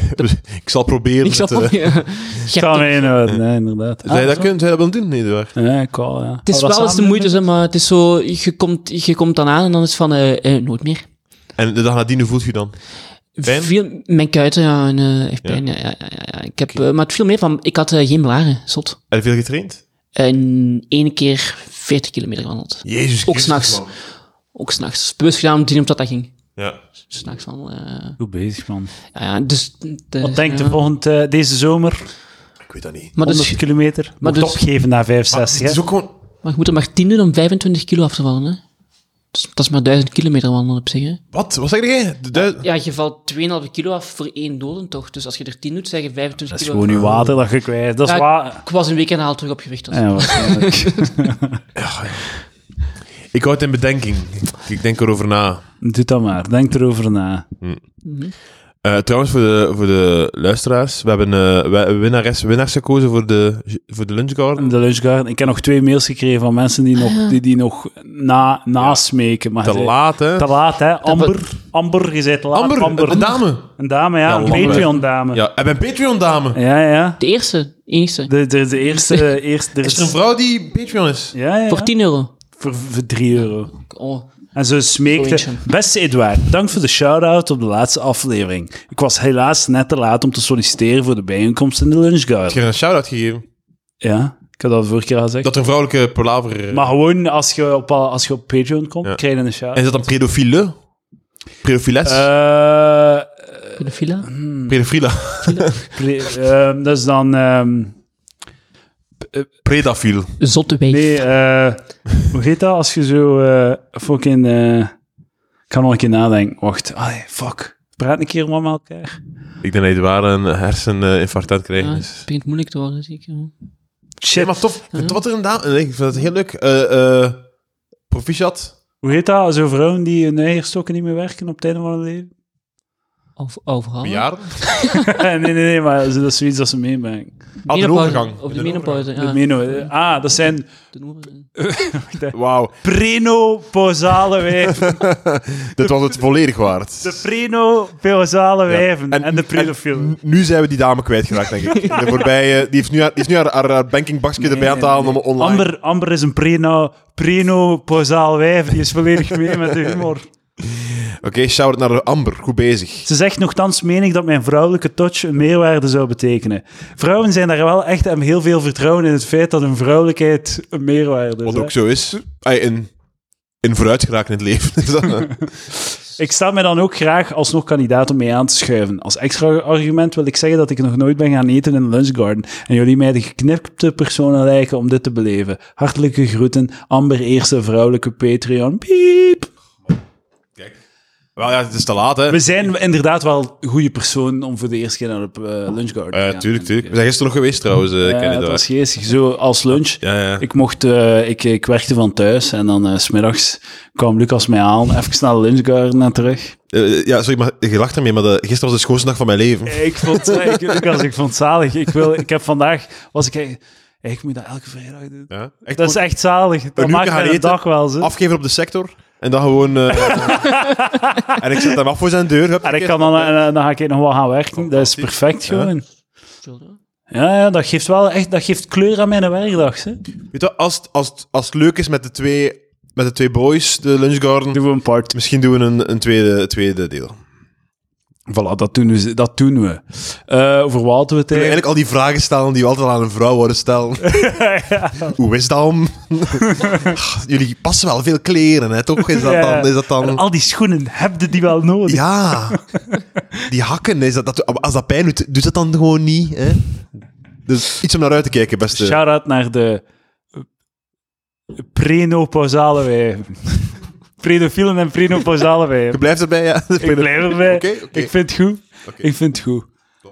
Speaker 3: Ik zal proberen.
Speaker 1: Ik zal
Speaker 3: het, eh,
Speaker 1: proberen. Je
Speaker 2: Ik
Speaker 1: hebt-
Speaker 2: kan me inhouden, ja, eh, inderdaad.
Speaker 3: Zou je dat kunnen? Zou je dat willen doen? Nee, waar.
Speaker 2: Ja, ik wel, ja.
Speaker 1: Het is wel eens de moeite, zeg maar het is zo... Je komt, je komt dan aan en dan is het van... eh, eh, nooit meer.
Speaker 3: En de dag nadien, hoe voelt je dan? Pijn?
Speaker 1: Veel, mijn kuiten, ja, en, eh, echt pijn. Ja. Ja, ja, ja, Ik heb, eh, maar het viel meer van... Ik had eh, geen blaren, zot.
Speaker 3: Heb je veel getraind?
Speaker 1: En één keer 40 kilometer gewandeld.
Speaker 3: Jezus
Speaker 1: Ook
Speaker 3: Christus,
Speaker 1: s'nachts.
Speaker 3: man.
Speaker 1: Ook s'nachts. Bewust gedaan om te zien of dat dat ging.
Speaker 3: Ja.
Speaker 1: S'nachts van... eh,
Speaker 2: Goed bezig, man.
Speaker 1: ja, ja, dus... de-
Speaker 2: Wat denkt
Speaker 1: ja.
Speaker 2: de volgende, deze zomer?
Speaker 3: Ik weet dat niet.
Speaker 1: Maar,
Speaker 2: 100
Speaker 1: dus,
Speaker 2: kilometer.
Speaker 1: maar
Speaker 2: Maar
Speaker 1: dus-
Speaker 2: opgeven na
Speaker 3: Het
Speaker 2: 65,
Speaker 3: is
Speaker 2: hè?
Speaker 3: ook gewoon...
Speaker 1: maar je moet er maar 10 doen om 25 kilo af te vallen, hè. Dus, dat is maar 1000 kilometer wandelen op zich, hè.
Speaker 3: Wat? Wat zeg jij? De duid-
Speaker 1: Ja, je valt 2,5 kilo af voor één dodentocht. Dus als je er 10 doet, zeg je 25
Speaker 2: Dat is
Speaker 1: kilo.
Speaker 2: gewoon uw water dat je kwijt. Dat is
Speaker 1: Ja,
Speaker 2: waar.
Speaker 1: Ik was een week en een half terug op gewicht. dus. Dat is-
Speaker 2: Ja, waarschijnlijk.
Speaker 3: Ik houd het in bedenking. Ik- Ik denk erover na.
Speaker 2: Doe dat maar. Denk erover na.
Speaker 3: Eh, trouwens, voor de, voor de luisteraars, we hebben eh, we hebben winnares, winnaars gekozen voor de, voor de lunchgarden.
Speaker 2: De lunchgarden. Ik heb nog twee mails gekregen van mensen die nog, die, die nog na, nasmeken. Maar
Speaker 3: Te
Speaker 2: ze-
Speaker 3: laat, hè?
Speaker 2: Te laat, hè? Amber. Amber, je zei te laat.
Speaker 3: Amber,
Speaker 2: Amber.
Speaker 3: een dame.
Speaker 2: Een dame, ja.
Speaker 3: Ja,
Speaker 2: een
Speaker 3: Amber.
Speaker 2: Patreon-dame. Ja.
Speaker 3: Ja, en een Patreon-dame.
Speaker 2: ja,
Speaker 1: De eerste, enigste.
Speaker 2: De, de, de eerste... eerste er
Speaker 3: Is er een vrouw die Patreon is?
Speaker 2: Ja, ja.
Speaker 1: Voor 10 euro.
Speaker 2: Voor, voor 3 euro.
Speaker 1: Oh.
Speaker 2: En ze smeekte...
Speaker 1: Zoiets.
Speaker 2: Beste Edouard, dank voor de shout-out op de laatste aflevering. Ik was helaas net te laat om te solliciteren voor de bijeenkomst in de
Speaker 3: Ik
Speaker 2: lunchgarden.
Speaker 3: heb een shout-out gegeven.
Speaker 2: Ja, ik had dat de vorige keer al gezegd.
Speaker 3: Dat er een vrouwelijke palaver... eh,
Speaker 2: Maar gewoon, als je op, als je op Patreon komt,
Speaker 3: Ja.
Speaker 2: krijg je een shout-out.
Speaker 3: En is dat een pedofiele? Pedofiles?
Speaker 2: Eh,
Speaker 1: Pedofielen?
Speaker 3: Pedofiela.
Speaker 2: pre- ehm, dat is dan... ehm,
Speaker 3: Predafiel.
Speaker 1: Zotte wijf.
Speaker 2: nee, eh, hoe heet dat als je zo eh, fucking... eh, ik kan nog een keer nadenken. Wacht, allee, fuck. Praat een keer maar met elkaar.
Speaker 3: Ik denk dat je waar een herseninfarct aan het
Speaker 1: Ja,
Speaker 3: krijgen
Speaker 1: het
Speaker 3: is.
Speaker 1: begint moeilijk te worden, zie ik. ja.
Speaker 3: Ja,
Speaker 2: Shit.
Speaker 3: maar tof. Ik vind het Wat er een dame... nee, Ik vind het heel leuk. Eh, eh, proficiat.
Speaker 2: Hoe heet dat? Zo vrouwen die hun eierstokken niet meer werken op het einde van hun leven?
Speaker 1: Of
Speaker 2: Oh.
Speaker 1: overal.
Speaker 3: Bejaarden.
Speaker 2: nee, nee, nee, maar dat is zoiets dat ze meebrengen.
Speaker 3: Ah, de
Speaker 1: Menopauze.
Speaker 3: overgang.
Speaker 1: Op de
Speaker 3: De
Speaker 1: menopauze,
Speaker 2: De
Speaker 1: ja.
Speaker 2: meno- ah, dat zijn
Speaker 1: De eh, overgang.
Speaker 3: Wauw.
Speaker 2: prenopausale wijven.
Speaker 3: Dit was het volledig waard.
Speaker 2: De prenopausale wijven
Speaker 3: En-
Speaker 2: en, de pedofielen.
Speaker 3: N- Nu zijn we die dame kwijtgeraakt, denk ik. De voorbije, die heeft nu haar, die heeft nu haar, haar, haar bankingboxje erbij aan te halen om online...
Speaker 2: Amber, Amber is een preno, prenopausale wijf. Die is volledig mee met de humor.
Speaker 3: Oké, shout-out naar Amber. Goed bezig.
Speaker 2: Ze zegt nogthans, meen ik dat mijn vrouwelijke touch een meerwaarde zou betekenen. Vrouwen zijn daar wel echt en heel veel vertrouwen in het feit dat hun vrouwelijkheid een meerwaarde is.
Speaker 3: Wat
Speaker 2: hè.
Speaker 3: ook zo is. Ay, in, in vooruit geraakt in het leven. Is dat, eh?
Speaker 2: Ik sta mij dan ook graag alsnog kandidaat om mee aan te schuiven. Als extra argument wil ik zeggen dat ik nog nooit ben gaan eten in de lunchgarden. En jullie mij de geknipte personen lijken om dit te beleven. Hartelijke groeten, Amber Eerste Vrouwelijke Patreon. Piep!
Speaker 3: Kijk. Wel ja, het is te laat, hè.
Speaker 2: We zijn inderdaad wel goede personen om voor de eerste keer naar de eh, lunchgarden
Speaker 3: Eh,
Speaker 2: te gaan.
Speaker 3: tuurlijk, tuurlijk. We zijn gisteren nog geweest, trouwens, eh
Speaker 2: Ja,
Speaker 3: Canada.
Speaker 2: dat was geestig. Zo als lunch.
Speaker 3: Ja, ja.
Speaker 2: Ik, mocht, eh, ik, ik werkte van thuis en dan eh, s smiddags kwam Lucas mij aan. Even naar de lunchgarden en terug.
Speaker 3: Eh, ja, sorry, maar je lacht ermee, maar de, gisteren was de schoonste dag van mijn leven.
Speaker 2: Ik vond, ik, Lucas, ik vond het zalig. Ik, wil, ik heb vandaag, was ik eigenlijk- ik moet dat elke vrijdag doen.
Speaker 3: Ja, echt
Speaker 2: Dat is
Speaker 3: gewoon
Speaker 2: echt zalig. Dat
Speaker 3: uur
Speaker 2: maakt
Speaker 3: gaan
Speaker 2: mijn
Speaker 3: eten,
Speaker 2: dag wel zo.
Speaker 3: afgeven op de sector en dan gewoon... eh, en ik zet hem af voor zijn deur. hup,
Speaker 2: En ik
Speaker 3: keer.
Speaker 2: kan dan, en, eh, dan ga ik nog wel gaan werken. Dat is perfect gewoon. Ja, ja dat geeft wel echt dat geeft kleur aan mijn werkdag. Hè.
Speaker 3: Weet je, als, het- als, het- als het leuk is met de twee, met de twee boys, de lunchgarden,
Speaker 2: Doen we een part.
Speaker 3: misschien doen we een, een tweede, tweede deel.
Speaker 2: Voilà, dat doen we. Dat doen we. Eh, over wat hadden we het
Speaker 3: Ik wil
Speaker 2: eigenlijk?
Speaker 3: eigenlijk al die vragen stellen die we altijd aan een vrouw worden stellen. Hoe is dat om? Jullie passen wel veel kleren, hè, toch? Is dat
Speaker 2: Ja.
Speaker 3: dan... Is dat
Speaker 2: En
Speaker 3: dan
Speaker 2: al die schoenen, heb je die wel nodig?
Speaker 3: ja, die hakken, is dat, dat, als dat pijn doet, doet dat dan gewoon niet. Hè? Dus iets om naar uit te kijken, beste.
Speaker 2: Shout-out naar de eh, prenopausale wijven. Predofielen en prenopausale
Speaker 3: Je
Speaker 2: wijven.
Speaker 3: blijft erbij, ja.
Speaker 2: Ik blijf erbij.
Speaker 3: Oké, oké.
Speaker 2: Ik vind het goed.
Speaker 3: Oké.
Speaker 2: Ik vind het goed.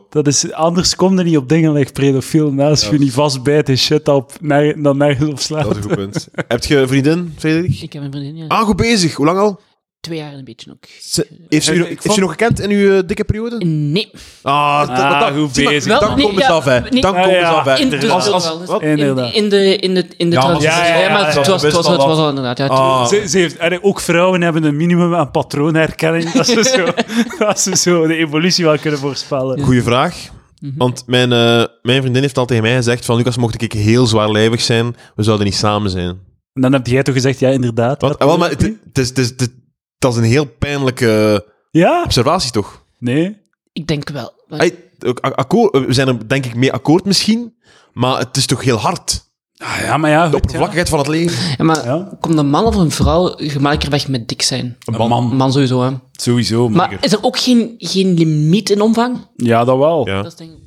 Speaker 2: Dat is, anders kom je niet op dingen like predofiel naast je niet vastbijt en shit op, ner- dan nergens op slaat.
Speaker 3: Dat is een goed punt. Heb je een vriendin, Frederik?
Speaker 1: Ik heb een vriendin, ja.
Speaker 3: Ah, goed bezig. Hoe lang al?
Speaker 1: Twee jaar en een beetje ook.
Speaker 3: Ze- heeft ze, u,
Speaker 2: Ik- ik
Speaker 3: heeft
Speaker 2: vond-
Speaker 3: ze nog gekend in uw eh, dikke periode?
Speaker 1: Eh, Nee.
Speaker 3: Ah, dat,
Speaker 2: Ah,
Speaker 3: dat-
Speaker 2: goed
Speaker 3: zie maar,
Speaker 2: bezig.
Speaker 1: Wel,
Speaker 3: Dan
Speaker 1: nee,
Speaker 3: komen ze
Speaker 1: ja,
Speaker 3: af, hè.
Speaker 1: nee.
Speaker 3: Dan
Speaker 2: Ah,
Speaker 3: komen ze
Speaker 2: ja.
Speaker 3: af, hè.
Speaker 1: In, dus,
Speaker 2: Als-
Speaker 1: als,
Speaker 2: als-
Speaker 3: wat?
Speaker 1: in,
Speaker 2: Inderdaad.
Speaker 1: in de, in de, in de
Speaker 3: Ja,
Speaker 1: transitie.
Speaker 2: maar- ja, ja,
Speaker 1: maar
Speaker 2: ja,
Speaker 1: het
Speaker 2: ja,
Speaker 1: was,
Speaker 3: best
Speaker 1: het was,
Speaker 3: wel
Speaker 1: het was
Speaker 3: wat.
Speaker 1: al inderdaad. Ja,
Speaker 3: Ah.
Speaker 2: Ze, ze heeft, en ook vrouwen hebben een minimum aan patroonherkenning. Dat ze zo, dat ze zo de evolutie wel kunnen voorspellen.
Speaker 3: Goeie vraag. Want mijn, eh, mijn vriendin heeft al tegen mij gezegd van... Lucas, mocht ik heel zwaarlijvig zijn, we zouden niet samen zijn.
Speaker 2: En dan heb jij toch gezegd, ja, inderdaad.
Speaker 3: Want,
Speaker 2: dat-
Speaker 3: ah, wel, maar het, het is, het is- het- dat is een heel pijnlijke
Speaker 2: Ja?
Speaker 3: observatie, toch?
Speaker 2: Nee?
Speaker 1: ik denk wel. Maar-
Speaker 3: Hey, ook a- akkoor- we zijn er denk ik mee akkoord misschien, maar het is toch heel hard.
Speaker 2: Ah, ja, maar ja.
Speaker 3: De
Speaker 2: goed,
Speaker 3: oppervlakkigheid van het leven.
Speaker 1: Ja, maar
Speaker 2: Ja.
Speaker 1: komt een man of een vrouw gemakkelijker weg met dik zijn?
Speaker 2: ja. Een
Speaker 1: Een
Speaker 2: man.
Speaker 1: man sowieso, hè.
Speaker 2: Sowieso, man.
Speaker 1: Maar is er ook geen, geen limiet in omvang?
Speaker 2: Ja, dat wel.
Speaker 3: Ja.
Speaker 1: Dat is denk ik...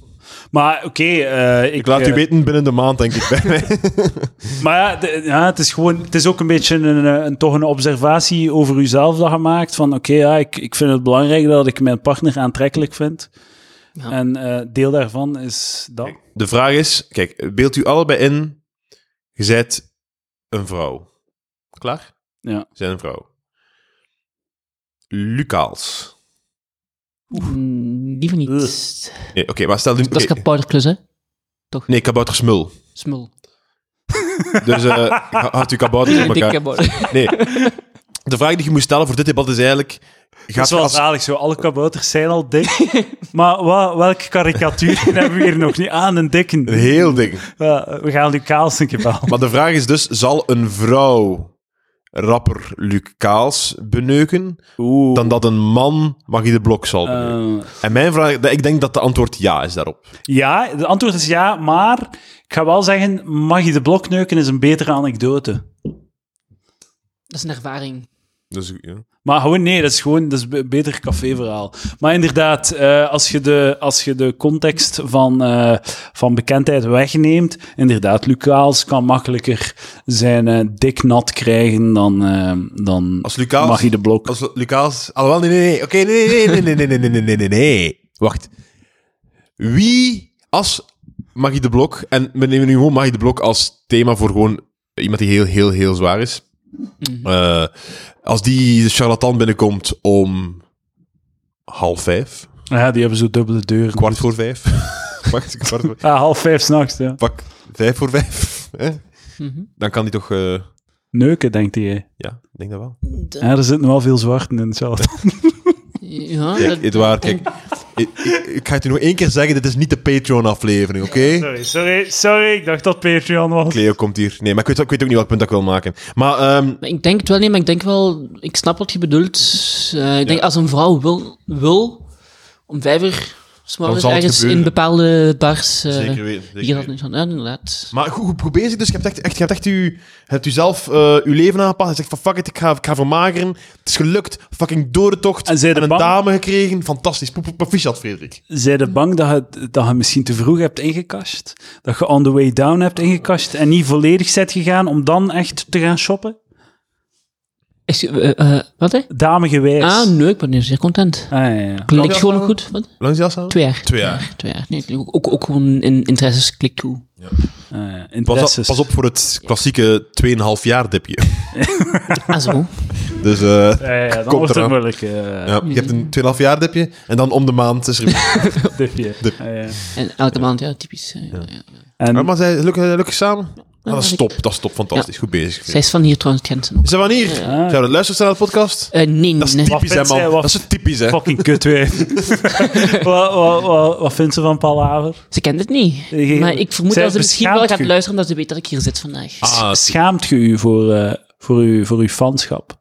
Speaker 2: Maar oké, eh, ik,
Speaker 3: Ik laat u
Speaker 2: eh,
Speaker 3: weten binnen de maand, denk ik, bij mij.
Speaker 2: Maar ja, de- ja, het is gewoon, het is ook een beetje een, eh, een, toch een observatie over uzelf dat je maakt. Van oké, ja, ik, ik vind het belangrijk dat ik mijn partner aantrekkelijk vind.
Speaker 1: Ja.
Speaker 2: En eh, deel daarvan is dat.
Speaker 3: De vraag is, kijk, beeld u allebei in, je zijt een vrouw. Klaar?
Speaker 2: Ja.
Speaker 3: Je bent een vrouw. Lucaals.
Speaker 1: Mm, Liever niet.
Speaker 2: Ugh.
Speaker 3: Nee, Oké, maar stel... nu-
Speaker 1: Dat is
Speaker 3: oké.
Speaker 1: kabouterklus, hè?
Speaker 3: Nee, kaboutersmul.
Speaker 1: Smul.
Speaker 3: Dus eh had u kabouters op
Speaker 1: Dikke
Speaker 3: elkaar.
Speaker 1: kabouter.
Speaker 3: Nee. De vraag die je moet stellen voor dit debat is eigenlijk...
Speaker 2: Dat
Speaker 3: Gaat
Speaker 2: is wel
Speaker 3: je als,
Speaker 2: zalig zo. Alle kabouters zijn al dik. maar wa- welke karikatuur hebben we hier nog niet aan? Een dikke.
Speaker 3: een heel ding.
Speaker 2: Ja, we gaan Lucaals een keer bellen.
Speaker 3: Maar de vraag is dus, zal een vrouw rapper Lucaals beneuken
Speaker 2: Oeh.
Speaker 3: dan dat een man Magie de Blok zal beneuken?
Speaker 2: Eh,
Speaker 3: En mijn vraag, ik denk dat de antwoord ja is daarop.
Speaker 2: ja, het antwoord is ja, maar ik ga wel zeggen, mag je de blok neuken is een betere anekdote.
Speaker 1: Dat is een ervaring.
Speaker 3: Dus, ja.
Speaker 2: Maar gewoon, nee, dat is gewoon dat is be- beter caféverhaal. Maar inderdaad, eh, als, je de, als je de context van, eh, van bekendheid wegneemt, inderdaad, Lucaals kan makkelijker zijn eh, dik nat krijgen dan, eh dan
Speaker 3: Als Lucaals...
Speaker 2: Magie de Blok.
Speaker 3: Als Lucas... Alhoewel, nee, nee, nee. Oké, nee, nee, nee, nee, nee, nee, nee, nee, nee, nee. Wacht. Wie... Als Magie de Blok... En we nemen nu gewoon Magie de Blok als thema voor gewoon iemand die heel, heel, heel zwaar is. Eh, als die de charlatan binnenkomt om half vijf,
Speaker 2: Ja, die hebben zo dubbele deuren.
Speaker 3: kwart voor vijf. Wacht, kwart voor...
Speaker 2: Ah, half vijf s'nachts, ja.
Speaker 3: Pak, vijf voor vijf. Hè?
Speaker 1: Mhm.
Speaker 3: Dan kan die toch... eh,
Speaker 2: Neuken, denkt hij.
Speaker 3: ja, ik denk dat wel.
Speaker 1: Dat-
Speaker 2: Ja, er zitten wel veel zwarten in hetzelfde.
Speaker 1: Ja, dat-
Speaker 3: Kijk, Edouard, kijk. Ik, ik, ik ga het u nog één keer zeggen, dit is niet de Patreon-aflevering, oké?
Speaker 2: Sorry, sorry, sorry, ik dacht dat Patreon was.
Speaker 3: Cleo komt hier. Nee, maar ik weet, ik weet ook niet welk punt dat ik wil maken. Maar ehm,
Speaker 1: Maar Ik denk het wel niet, maar ik denk wel, ik snap wat je bedoelt. Eh, ik denk als een vrouw wil, wil om vijf uur s morgens
Speaker 3: zal het
Speaker 1: ergens
Speaker 3: gebeuren.
Speaker 1: in bepaalde bars. eh,
Speaker 3: Zeker weten, zeker
Speaker 1: hier dat
Speaker 3: weten.
Speaker 1: niet van, ja, inderdaad.
Speaker 3: maar goed, goed, goed bezig, dus je hebt echt, echt, je hebt echt uw, je hebt uzelf eh uw leven aangepast. Je zegt van fuck it, ik ga, ik ga vermageren. Het is gelukt. Fucking door de tocht.
Speaker 2: En zij de
Speaker 3: een
Speaker 2: bang?
Speaker 3: dame gekregen. Fantastisch. Pro- pro- Proficiat, Frederik.
Speaker 2: Zij de bang dat je, dat je misschien te vroeg hebt ingekast? Dat je on the way down hebt ingekast en niet volledig bent gegaan om dan echt te gaan shoppen?
Speaker 1: Is, eh, eh, wat, hè?
Speaker 2: Damegewijs.
Speaker 1: Ah, nee, ik ben nu zeer content.
Speaker 2: Ah, ja, ja.
Speaker 1: Klinkt
Speaker 3: Ja,
Speaker 1: gewoon
Speaker 3: ja.
Speaker 1: goed. Wat?
Speaker 3: Langs die afstand?
Speaker 1: Twee jaar.
Speaker 3: Twee jaar.
Speaker 1: Twee jaar. Nee, ook, ook, ook gewoon in interesses klik toe.
Speaker 2: Ah, ja.
Speaker 3: Pas,
Speaker 2: Interesses.
Speaker 3: op- pas op voor het klassieke 2,5 jaar dipje.
Speaker 1: Ah, zo.
Speaker 3: Dus eh,
Speaker 2: Ja, ja, dan
Speaker 3: Komt
Speaker 2: wordt het
Speaker 3: eraan.
Speaker 2: moeilijk. eh,
Speaker 3: ja, je hebt een 2,5 jaar dipje en dan om de maand is er...
Speaker 2: dipje.
Speaker 3: Dip.
Speaker 2: Ah, ja.
Speaker 1: En elke maand, ja, typisch. eh, ja.
Speaker 2: En
Speaker 3: maar zij lukken, lukken samen? Ah, dat is
Speaker 1: ik-
Speaker 3: top, dat is top, fantastisch. Goed bezig.
Speaker 1: Zij is van hier trouwens, Jensen ook.
Speaker 3: Zijn we aan hier? Zijn we luisteren naar de podcast?
Speaker 1: Eh, nee,
Speaker 3: Dat is
Speaker 1: nee.
Speaker 3: typisch, hè,
Speaker 2: Wat vindt
Speaker 3: man.
Speaker 2: zij, wat-
Speaker 3: Dat is typisch, hè.
Speaker 2: fucking kut weer. wat, wat, wat, wat vindt ze van Palaver?
Speaker 1: Ze kent het niet.
Speaker 2: Eh,
Speaker 1: Maar ik vermoed
Speaker 2: zij
Speaker 1: dat ze misschien wel
Speaker 2: beschaamt
Speaker 1: gaat
Speaker 2: u.
Speaker 1: luisteren omdat ze weet dat ik hier zit vandaag.
Speaker 3: Ah,
Speaker 2: Schaamt je u voor, eh, voor, uw, voor uw fanschap?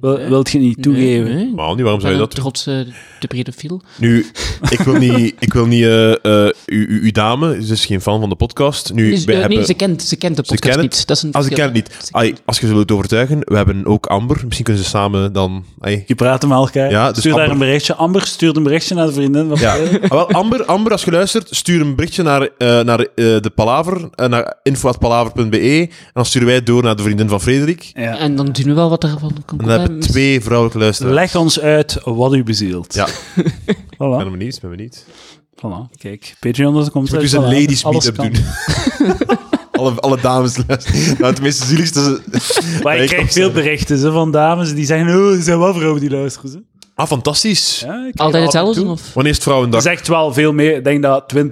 Speaker 2: Wil, Wilt je niet toegeven?
Speaker 1: Nee, nee.
Speaker 3: man, niet, waarom zou je
Speaker 1: een
Speaker 3: dat doen?
Speaker 1: trotse de pedofiel.
Speaker 3: Nu, ik wil niet, ik wil niet eh, eh, u, u, uw dame, ze is geen fan van de podcast. Nu,
Speaker 1: Dus,
Speaker 3: wij
Speaker 1: eh,
Speaker 3: hebben,
Speaker 1: nee, ze kent, ze kent de podcast
Speaker 3: kennen het.
Speaker 1: niet. Dat is een
Speaker 3: als ik ken
Speaker 1: verschil.
Speaker 3: het niet, ai, als je ze wilt overtuigen, we hebben ook Amber. Misschien kunnen ze samen dan... ai.
Speaker 2: Je praat met elkaar.
Speaker 3: Ja, dus
Speaker 2: stuur daar
Speaker 3: Amber-
Speaker 2: een berichtje. Amber stuurt een berichtje naar de vriendin. Van
Speaker 3: Ja. Ah, wel, Amber, Amber, als je luistert, stuur een berichtje naar, eh, naar eh, de Palaver, eh, naar info.palaver.be. En dan sturen wij het door naar de vriendin van Frederik.
Speaker 2: Ja.
Speaker 1: En dan doen we wel wat ervan kan
Speaker 3: En dan hebben we
Speaker 1: komen.
Speaker 3: twee vrouwelijke luisteraars.
Speaker 2: Leg ons uit wat u bezielt.
Speaker 3: Ja. Ik
Speaker 2: Voilà.
Speaker 3: ben benieuwd, ik ben benieuwd.
Speaker 2: voilà. Kijk, Patreon, dat komt
Speaker 3: Ik moet dus een ladies meet-up doen. alle, alle dames luisteren. Nou, tenminste, zieligste... is-
Speaker 2: Maar
Speaker 3: Nee,
Speaker 2: ik
Speaker 3: ik
Speaker 2: krijg
Speaker 3: kom
Speaker 2: veel
Speaker 3: zo.
Speaker 2: berichten ze, van dames die zeggen, oh, er zijn wel vrouwen die luisteren. Ze.
Speaker 3: Ah, fantastisch.
Speaker 2: Ja, ik krijg
Speaker 1: Altijd
Speaker 2: dat af en
Speaker 1: hetzelfde?
Speaker 2: toe.
Speaker 1: Of?
Speaker 3: Wanneer is het
Speaker 2: Dat
Speaker 3: Vrouwendag?
Speaker 2: is echt wel veel meer. Ik denk dat 20%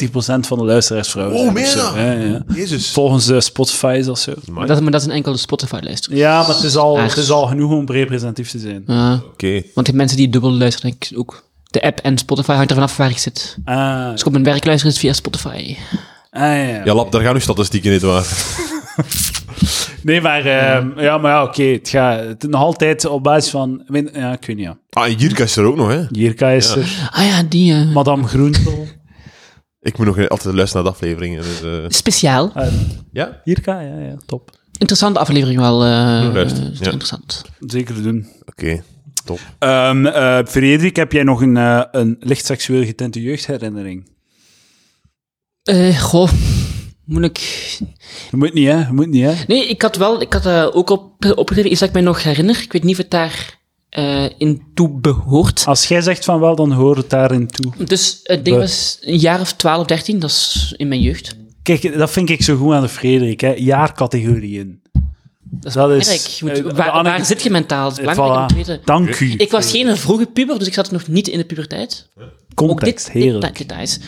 Speaker 2: van de luisteraars vrouwen
Speaker 3: Oh,
Speaker 2: zijn. of
Speaker 3: meer
Speaker 2: zo.
Speaker 3: dan?
Speaker 2: Ja, ja.
Speaker 3: Jezus.
Speaker 2: Volgens eh, Spotify is dat zo.
Speaker 1: Maar dat, maar dat is een enkele Spotify-lijst.
Speaker 2: Ja, maar het is al,
Speaker 1: Echt.
Speaker 2: het is al genoeg om representatief te zijn.
Speaker 1: Ja,
Speaker 3: Oké.
Speaker 1: want de mensen die dubbel luisteren, ik ook. De app en Spotify hangt er vanaf waar ik zit. Als
Speaker 2: Ah,
Speaker 1: ik op mijn werk luister, is het via Spotify.
Speaker 2: ah, ja.
Speaker 3: Ja, Lap, daar gaan uw statistieken niet waar.
Speaker 2: Nee, maar, ehm, ja, maar ja, oké. het gaat het is nog altijd op basis van... ik weet- Ja, ik weet niet, ja.
Speaker 3: Ah, en Jirka is er ook nog, hè.
Speaker 2: Jirka is er.
Speaker 1: Ah ja, die eh,
Speaker 2: Madame Groentel.
Speaker 3: Ik moet nog altijd luisteren naar de afleveringen. Dus, eh,
Speaker 1: speciaal.
Speaker 2: Ehm,
Speaker 3: ja?
Speaker 2: Jirka, ja, ja, top.
Speaker 1: Interessante aflevering wel. eh
Speaker 3: Luister,
Speaker 1: eh,
Speaker 3: ja.
Speaker 1: zeer interessant.
Speaker 2: Zeker doen.
Speaker 3: Oké. Top.
Speaker 2: Ehm eh, Frederik, heb jij nog een, eh, een licht seksueel getinte jeugdherinnering?
Speaker 1: Eh, goh, moeilijk.
Speaker 2: Je moet niet, hè? Je moet niet, hè?
Speaker 1: Nee, ik had wel, ik had eh, ook op, opgegeven iets dat ik mij nog herinner. Ik weet niet of het daar eh, in toe behoort.
Speaker 2: Als jij zegt van wel, dan hoort het daarin toe.
Speaker 1: Dus het ding
Speaker 2: Be-
Speaker 1: was een jaar of 12, 13, dat is in mijn jeugd.
Speaker 2: Kijk, dat vind ik zo goed aan de Frederik, hè? Jaarcategorieën. Dat is,
Speaker 1: Erik, je moet-
Speaker 2: eh, de
Speaker 1: waar,
Speaker 2: anek-
Speaker 1: waar zit je mentaal? Dat is
Speaker 2: eh,
Speaker 1: belangrijk om te weten.
Speaker 2: voilà. Eh. Dank u.
Speaker 1: Ik was geen vroege puber, dus ik zat nog niet in de puberteit. Ook
Speaker 2: Context,
Speaker 1: dit, dit
Speaker 2: heerlijk.
Speaker 1: details.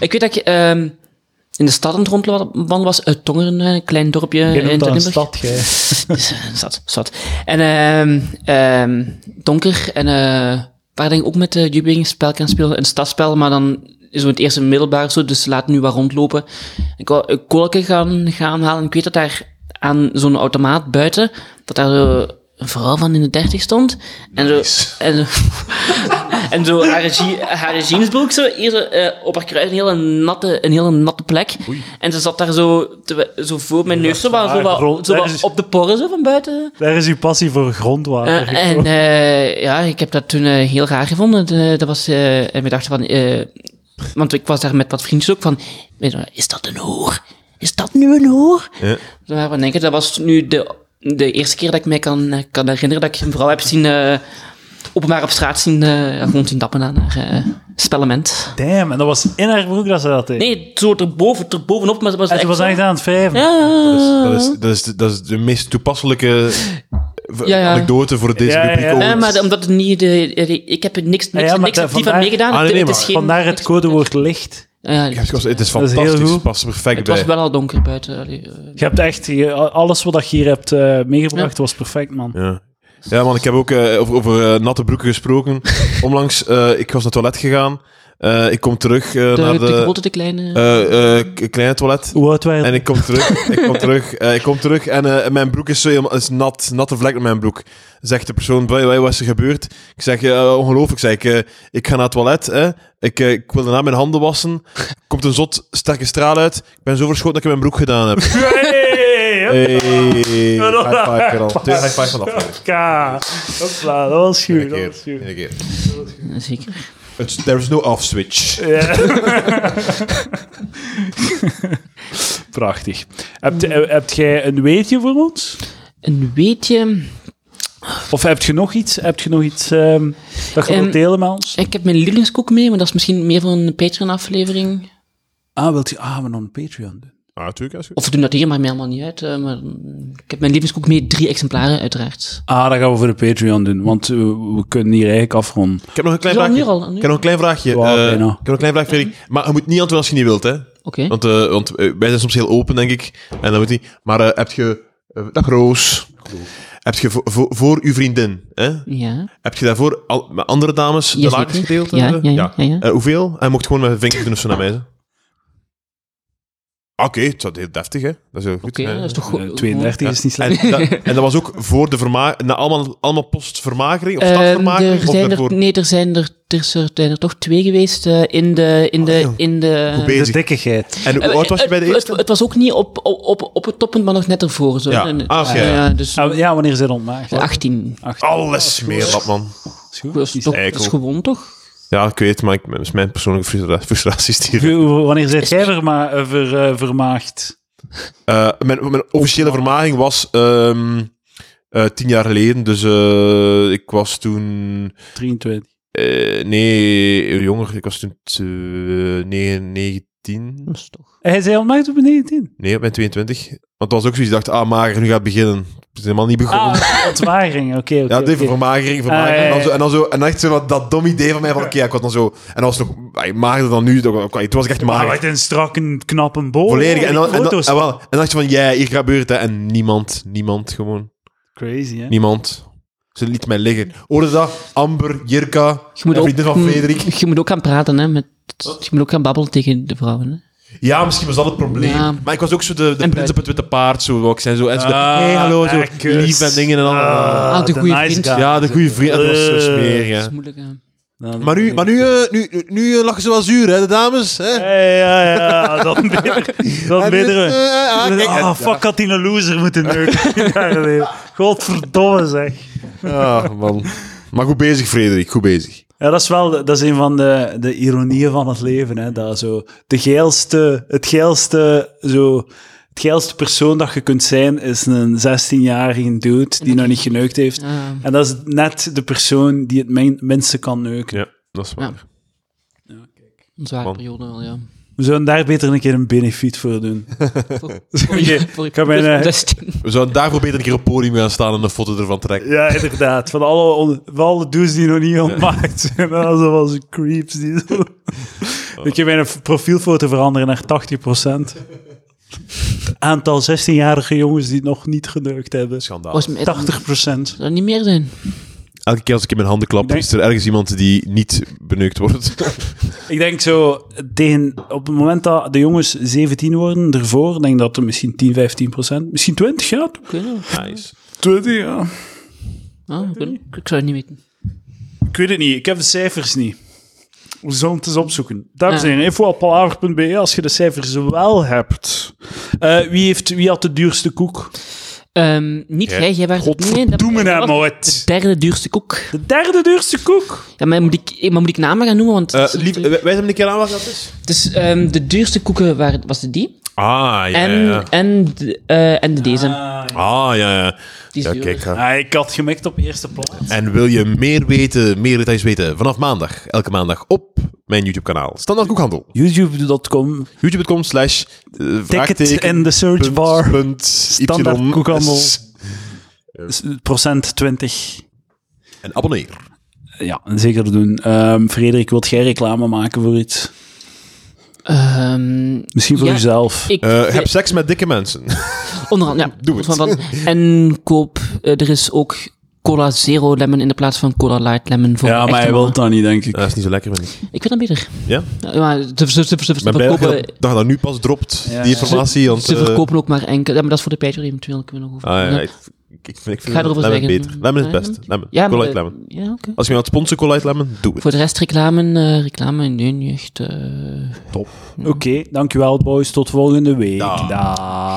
Speaker 1: Ik weet dat ik ehm, in de stad aan het rondwandelen was, uit Tongeren, eh, een klein dorpje
Speaker 2: Jij noemt
Speaker 1: in
Speaker 2: dat een
Speaker 1: Limburg. eh,
Speaker 2: stad, jij.
Speaker 1: Zat, zat. En ehm, ehm, donker. En eh, waar denk ik ook met de Jubing spel kan spelen. Een stadsspel, maar dan is het eerst een middelbaar zo. Dus laat nu wat rondlopen. Ik wou een kolken gaan, gaan halen. Ik weet dat daar aan zo'n automaat buiten, dat daar zo een vrouw van in de dertig stond. En zo, en zo, en zo haar, je- haar jeansbroek zo, hier zo, eh, op haar kruis, een hele natte, een hele natte plek. En ze zat daar zo, te- zo voor mijn neus, zo, wat- zo, wat-
Speaker 2: rond-
Speaker 1: zo wat
Speaker 2: daar is-
Speaker 1: op de porren zo van buiten.
Speaker 2: Daar is uw passie voor grondwater.
Speaker 1: Eh, en eh, ja, ik heb dat toen eh, heel raar gevonden. Eh, dat was, eh, en we dachten van, eh, want ik was daar met wat vriendjes ook van, weet je wel, is dat een hoor? Is dat nu een hoor?
Speaker 3: Ja.
Speaker 1: Toen waren we aan het denken, dat was nu de, de eerste keer dat ik mij kan, eh, kan herinneren dat ik een vrouw heb zien, eh, openbaar op straat zien, eh, rond zien dappen aan haar eh, spellement.
Speaker 2: Damn, en dat was in haar broek dat ze dat deed.
Speaker 1: Nee, zo erboven, erbovenop, maar ze was
Speaker 2: en ze was
Speaker 1: zo-
Speaker 2: echt aan het wrijven.
Speaker 1: Ja.
Speaker 3: Dat is, dat, is, dat, is de, dat is de meest toepasselijke eh, v-
Speaker 1: Eh. Ja, ja.
Speaker 3: anekdote voor deze
Speaker 2: Ja, ja,
Speaker 3: rubriek.
Speaker 2: ja.
Speaker 3: ook.
Speaker 1: Eh, maar de- omdat het niet, de, de- ik heb er niks, niks,
Speaker 2: Ja, maar
Speaker 1: niks
Speaker 2: de-
Speaker 1: actief aan
Speaker 2: vandaar-
Speaker 1: meegedaan.
Speaker 3: Ah, nee,
Speaker 1: Het-
Speaker 3: nee,
Speaker 1: het is
Speaker 3: maar
Speaker 1: geen,
Speaker 2: Vandaar het
Speaker 1: niks-
Speaker 2: codewoord licht.
Speaker 1: Ja,
Speaker 3: Ik heb het gezegd, het is
Speaker 2: is heel
Speaker 3: fantastisch.
Speaker 2: goed.
Speaker 3: Het past perfect
Speaker 1: Het
Speaker 3: bij.
Speaker 1: was wel al donker buiten. allee, eh.
Speaker 2: Je hebt echt je- alles wat je hier hebt eh, meegebracht, was perfect, man.
Speaker 3: Ja. ja, man, ik heb ook eh, over, over eh, natte broeken gesproken. Onlangs, eh, ik was naar het toilet gegaan. Eh, ik kom terug eh,
Speaker 1: de,
Speaker 3: naar
Speaker 1: de,
Speaker 3: de
Speaker 1: grote, de kleine.
Speaker 3: eh, eh, k- kleine toilet.
Speaker 2: Hoe oud waren
Speaker 3: En ik kom terug, ik kom terug, eh, ik kom terug en eh, mijn broek is zo helemaal is nat, natte vlek op mijn broek. Zegt de persoon, "Wai, wai, wat is er gebeurd? Ik zeg, eh, ongelooflijk, zeg ik, eh, ik ga naar het toilet, hè. Ik, eh, ik wil daarna mijn handen wassen. Komt een zot sterke straal uit, ik ben zo verschoten dat ik in mijn broek gedaan heb.
Speaker 2: Hey,
Speaker 3: Hey,
Speaker 2: hoppa.
Speaker 3: high five, Karel. Tweede high five van de aflevering.
Speaker 2: Ka. Hopla, dat was goed,
Speaker 3: Eén
Speaker 2: dat
Speaker 3: keer,
Speaker 2: was goed.
Speaker 3: één keer.
Speaker 1: eh, Zeker.
Speaker 3: It's- There is no off switch.
Speaker 2: Prachtig. Hebt, eh, hebt jij een weetje voor ons?
Speaker 1: En weet je...
Speaker 2: Of heb je nog iets? Heb je nog iets ehm, dat je
Speaker 1: Ehm,
Speaker 2: wilt delen met ons?
Speaker 1: Ik heb mijn lievelingskoek mee, maar dat is misschien meer voor een Patreon-aflevering.
Speaker 2: Ah, wilt je ah, we nog een Patreon doen?
Speaker 3: Ah, natuurlijk, is goed.
Speaker 1: Of we doen dat hier, maakt mij helemaal niet uit. eh, maar mm, ik heb mijn lievelingskoek mee, drie exemplaren uiteraard.
Speaker 2: Ah, dat gaan we voor de Patreon doen, want eh, we kunnen hier eigenlijk afronden.
Speaker 3: Ik heb nog een klein
Speaker 1: Is dat
Speaker 3: vraagje.
Speaker 1: nu al? Nu?
Speaker 3: Ik heb nog een klein vraagje.
Speaker 2: Ja,
Speaker 3: eh,
Speaker 2: bijna.
Speaker 3: ik heb nog een klein vraagje, Frederik. Maar je moet niet antwoorden als je niet wilt, hè?
Speaker 1: Oké.
Speaker 3: Want, eh, want eh, wij zijn soms heel open, denk ik. En dan moet niet. Maar eh, heb je. eh, dag Roos. Heb je voor, voor, voor uw vriendin, hè?
Speaker 1: Ja.
Speaker 3: Heb je daarvoor al, met andere dames de
Speaker 1: Jazeker.
Speaker 3: lakens gedeeld?
Speaker 1: Ja,
Speaker 3: hebben?
Speaker 1: ja, ja, ja, ja.
Speaker 3: Eh, hoeveel? Hij mocht gewoon met een vinger doen of zo naar mij. hè? Ah, Oké, het was heel deftig, hè? Dat is heel goed.
Speaker 1: Oké,
Speaker 3: Ja,
Speaker 1: dat is
Speaker 3: ja.
Speaker 1: toch
Speaker 2: Eh,
Speaker 1: goed.
Speaker 2: 32 is niet slecht.
Speaker 3: En, dat, en dat was ook voor de vermagering, na allemaal, allemaal postvermagering of
Speaker 1: Ehm,
Speaker 3: stadsvermagering?
Speaker 1: er
Speaker 3: of
Speaker 1: zijn
Speaker 3: daarvoor-
Speaker 1: er, nee, er zijn er, er zijn er toch twee geweest eh, in de... In de,
Speaker 3: jong.
Speaker 1: in de
Speaker 3: Goed
Speaker 2: De
Speaker 3: bezig.
Speaker 2: dikkigheid.
Speaker 3: En hoe
Speaker 1: Eh,
Speaker 3: oud was je bij de
Speaker 1: het-
Speaker 3: eerste?
Speaker 1: Het, het was ook niet op, op, op, op het toppunt, maar nog net ervoor. Zo.
Speaker 3: Ja.
Speaker 1: En-
Speaker 3: Ah, oké,
Speaker 1: ja,
Speaker 3: ja.
Speaker 1: ja, dus
Speaker 2: Ah, ja, wanneer is dit ontmaagd?
Speaker 1: 18.
Speaker 3: Alles
Speaker 1: eh,
Speaker 3: smeerlap, man.
Speaker 2: Is goed.
Speaker 1: Dat is, toch, dat is
Speaker 3: eikel.
Speaker 1: gewoon, toch?
Speaker 3: Ja, ik weet, maar ik, dat is mijn persoonlijke frustra- frustraties hier.
Speaker 2: Hoe- hoe- Wanneer zit jij verma eh, ver, eh, vermaagd?
Speaker 3: Eh, mijn, mijn officiële vermaging was ehm, eh, tien jaar geleden. Dus eh, ik was toen...
Speaker 2: 23.
Speaker 3: eh, nee, jonger. Ik was toen eh, negen- 19.
Speaker 1: Dat is toch.
Speaker 2: Hij zei ontmaagd op een E 19.
Speaker 3: Nee, op mijn 22. Want dat was ook zoiets. Ik dacht, ah, mager, nu gaat het beginnen. Het is helemaal niet begonnen.
Speaker 2: Ah, ontmagering, oké. oké,
Speaker 3: Ja, dit
Speaker 2: oké.
Speaker 3: voor vermagering, vermagering.
Speaker 2: Ah, ja, ja,
Speaker 3: En, dan zo,
Speaker 2: ja.
Speaker 3: en dan zo, en echt zo dat, dat dom idee van mij van, oké, ja, ik was dan zo... En dan was het nog ay, magerder dan nu. dat- oké, Toen was ik echt
Speaker 2: Maar
Speaker 3: mager.
Speaker 2: wat een strakke, knappe boom.
Speaker 3: Volledig. En dan, en, dan,
Speaker 2: Foto's.
Speaker 3: en, wel, en dan dacht je van, ja, hier gebeurt het. hè. En niemand, niemand gewoon.
Speaker 2: Crazy, hè?
Speaker 3: Niemand. Ze liet mij liggen. Hoorde dat? Amber, Jirka,
Speaker 1: Je moet,
Speaker 3: een
Speaker 1: ook,
Speaker 3: vriendin van Frederik.
Speaker 1: je moet ook gaan praten, hè. Met, je moet ook gaan babbelen tegen de vrouwen, hè.
Speaker 3: Ja, misschien was dat het probleem.
Speaker 1: Ja.
Speaker 3: Maar ik was ook zo de, de
Speaker 1: En
Speaker 3: prins op het witte paard, zo wou ik zijn. Zo, en zo de,
Speaker 2: Ah,
Speaker 3: hey, hallo, zo
Speaker 2: eh, kus.
Speaker 3: lief en dingen en al.
Speaker 2: Ah,
Speaker 1: Ah, de goeie
Speaker 2: nice
Speaker 1: vriend.
Speaker 2: guy.
Speaker 3: ja, de goede vriend. Dat was zo
Speaker 2: Eh.
Speaker 3: smerig,
Speaker 1: Dat
Speaker 3: hè.
Speaker 1: is moeilijk, hè.
Speaker 2: Dan-
Speaker 3: Maar nu, maar nu, eh, nu, nu, nu, eh, lachen ze wel zuur, hè, de dames. Hè?
Speaker 2: Ja, ja, ja, dat beter. Dat
Speaker 3: En nu, eh,
Speaker 2: beter.
Speaker 3: eh, ah, kijk,
Speaker 2: Ah, fuck, had die een loser moeten neuken. Godverdomme, zeg.
Speaker 3: Ah, man. Maar goed bezig, Frederik, goed bezig.
Speaker 2: Ja, dat is wel dat is een van de, de ironieën van het leven. Hè? Dat zo, de geilste, het, geilste, zo, het geilste persoon dat je kunt zijn is een 16-jarige dude die nog niet geneukt heeft.
Speaker 1: Ah.
Speaker 2: En dat is net de persoon die het min- minste kan neuken.
Speaker 3: Ja, dat is waar.
Speaker 1: Een zware
Speaker 3: Man.
Speaker 1: periode wel, ja.
Speaker 2: We zouden daar beter een keer een benefiet voor doen.
Speaker 1: Voor
Speaker 2: ik heb mijn, eh,
Speaker 1: 16.
Speaker 3: We zouden daarvoor beter een keer op het podium gaan staan en een foto ervan trekken.
Speaker 2: Ja, inderdaad. Van alle, on- van alle dudes die nog niet ontmaakt zijn. En dan zo van zo'n creeps. Die zo... Ik heb mijn profielfoto veranderen naar 80%. Het aantal 16-jarige jongens die het nog niet geneukt hebben.
Speaker 3: Schandaal.
Speaker 1: Was mij-
Speaker 2: 80%.
Speaker 1: Zou dat niet meer zijn?
Speaker 3: Elke keer als ik in mijn handen klap,
Speaker 2: Ik denk-
Speaker 3: is er ergens iemand die niet beneukt wordt.
Speaker 2: Ik denk zo, tegen, op het moment dat de jongens 17 worden, ervoor, denk ik dat er misschien 10, 15%, misschien 20 gaat.
Speaker 1: Kunnen.
Speaker 3: Nice.
Speaker 2: 20, ja.
Speaker 1: Ah, kunnen. Ik zou het niet weten.
Speaker 2: Ik weet het niet, ik heb de cijfers niet. We zullen het eens opzoeken. Dames en
Speaker 1: Ja.
Speaker 2: heren, info.palaver.be E, als je de cijfers wel hebt. Eh, wie, heeft, wie had de duurste koek?
Speaker 1: Ehm, niet
Speaker 3: Ja.
Speaker 1: jij, jij werd... nee, dat-
Speaker 2: Doe me
Speaker 1: dat
Speaker 2: nou
Speaker 1: was De
Speaker 2: nooit.
Speaker 1: derde duurste koek.
Speaker 2: De derde duurste koek?
Speaker 1: Ja, maar moet ik, eh, maar moet ik namen gaan noemen? Want
Speaker 3: Eh, lief, eh, wijs hem een keer aan wat dat is.
Speaker 1: dus, ehm, de duurste koeken waren, was de die.
Speaker 3: Ah, ja,
Speaker 1: En, en, de- eh, en de deze.
Speaker 3: Ah, ja, ja.
Speaker 1: Die is
Speaker 3: Ja,
Speaker 1: duur.
Speaker 3: kijk, ga-
Speaker 2: Ah, ik had gemikt op eerste plaats.
Speaker 3: En wil je meer weten, meer details weten? Vanaf maandag, elke maandag op mijn YouTube-kanaal. Standaard Koekhandel.
Speaker 2: YouTube.com.
Speaker 3: YouTube.com slash eh,
Speaker 2: Ticket
Speaker 3: vraagteken,
Speaker 2: in de search
Speaker 3: punt,
Speaker 2: bar.
Speaker 3: punt,
Speaker 2: Standaard
Speaker 3: y,
Speaker 2: Koekhandel.
Speaker 3: s.
Speaker 2: S- Procent 20.
Speaker 3: En abonneer.
Speaker 2: Ja, zeker doen. Ehm, Frederik, wilt jij reclame maken voor iets?
Speaker 1: Ehm,
Speaker 2: Misschien voor
Speaker 1: Ja,
Speaker 2: uzelf.
Speaker 1: ik
Speaker 3: Eh,
Speaker 1: vind-
Speaker 3: heb seks met dikke mensen.
Speaker 1: Onder andere, ja.
Speaker 3: Doe het.
Speaker 1: Van, van. En koop, eh, er is ook cola zero lemon in de plaats van cola light lemon. Voor
Speaker 2: Ja,
Speaker 1: echte
Speaker 2: maar hij
Speaker 1: mannen.
Speaker 2: wil dat niet, denk ik.
Speaker 3: dat is niet zo lekker, vind ik.
Speaker 1: Ik vind dat beter.
Speaker 3: Ja?
Speaker 1: Ja, maar ze, ze, ze, ze, ze
Speaker 3: Ik ben blij dat je
Speaker 1: verkopen,
Speaker 3: dat, dat je dat nu pas dropt,
Speaker 2: Ja.
Speaker 3: die informatie. Want,
Speaker 1: ze
Speaker 3: eh,
Speaker 1: verkopen ook maar enkel. Ja, maar dat is voor de Patreon eventueel. Kunnen we nog over.
Speaker 3: ah, ja,
Speaker 1: ja.
Speaker 3: ik, ik, ik vind, ik vind
Speaker 1: Ga erover
Speaker 3: lemon
Speaker 1: zeggen.
Speaker 3: beter. Lemon is het best. Lemon.
Speaker 1: Ja, maar,
Speaker 3: Colite
Speaker 1: eh,
Speaker 3: lemon.
Speaker 1: ja, oké.
Speaker 3: Als je me wilt sponsoren, Colite lemon, doe het.
Speaker 1: Voor de rest reclame, eh, reclame, nee, niet echt. eh,
Speaker 2: Oké, dankjewel boys. Tot volgende week.
Speaker 3: Dag.
Speaker 2: Dag.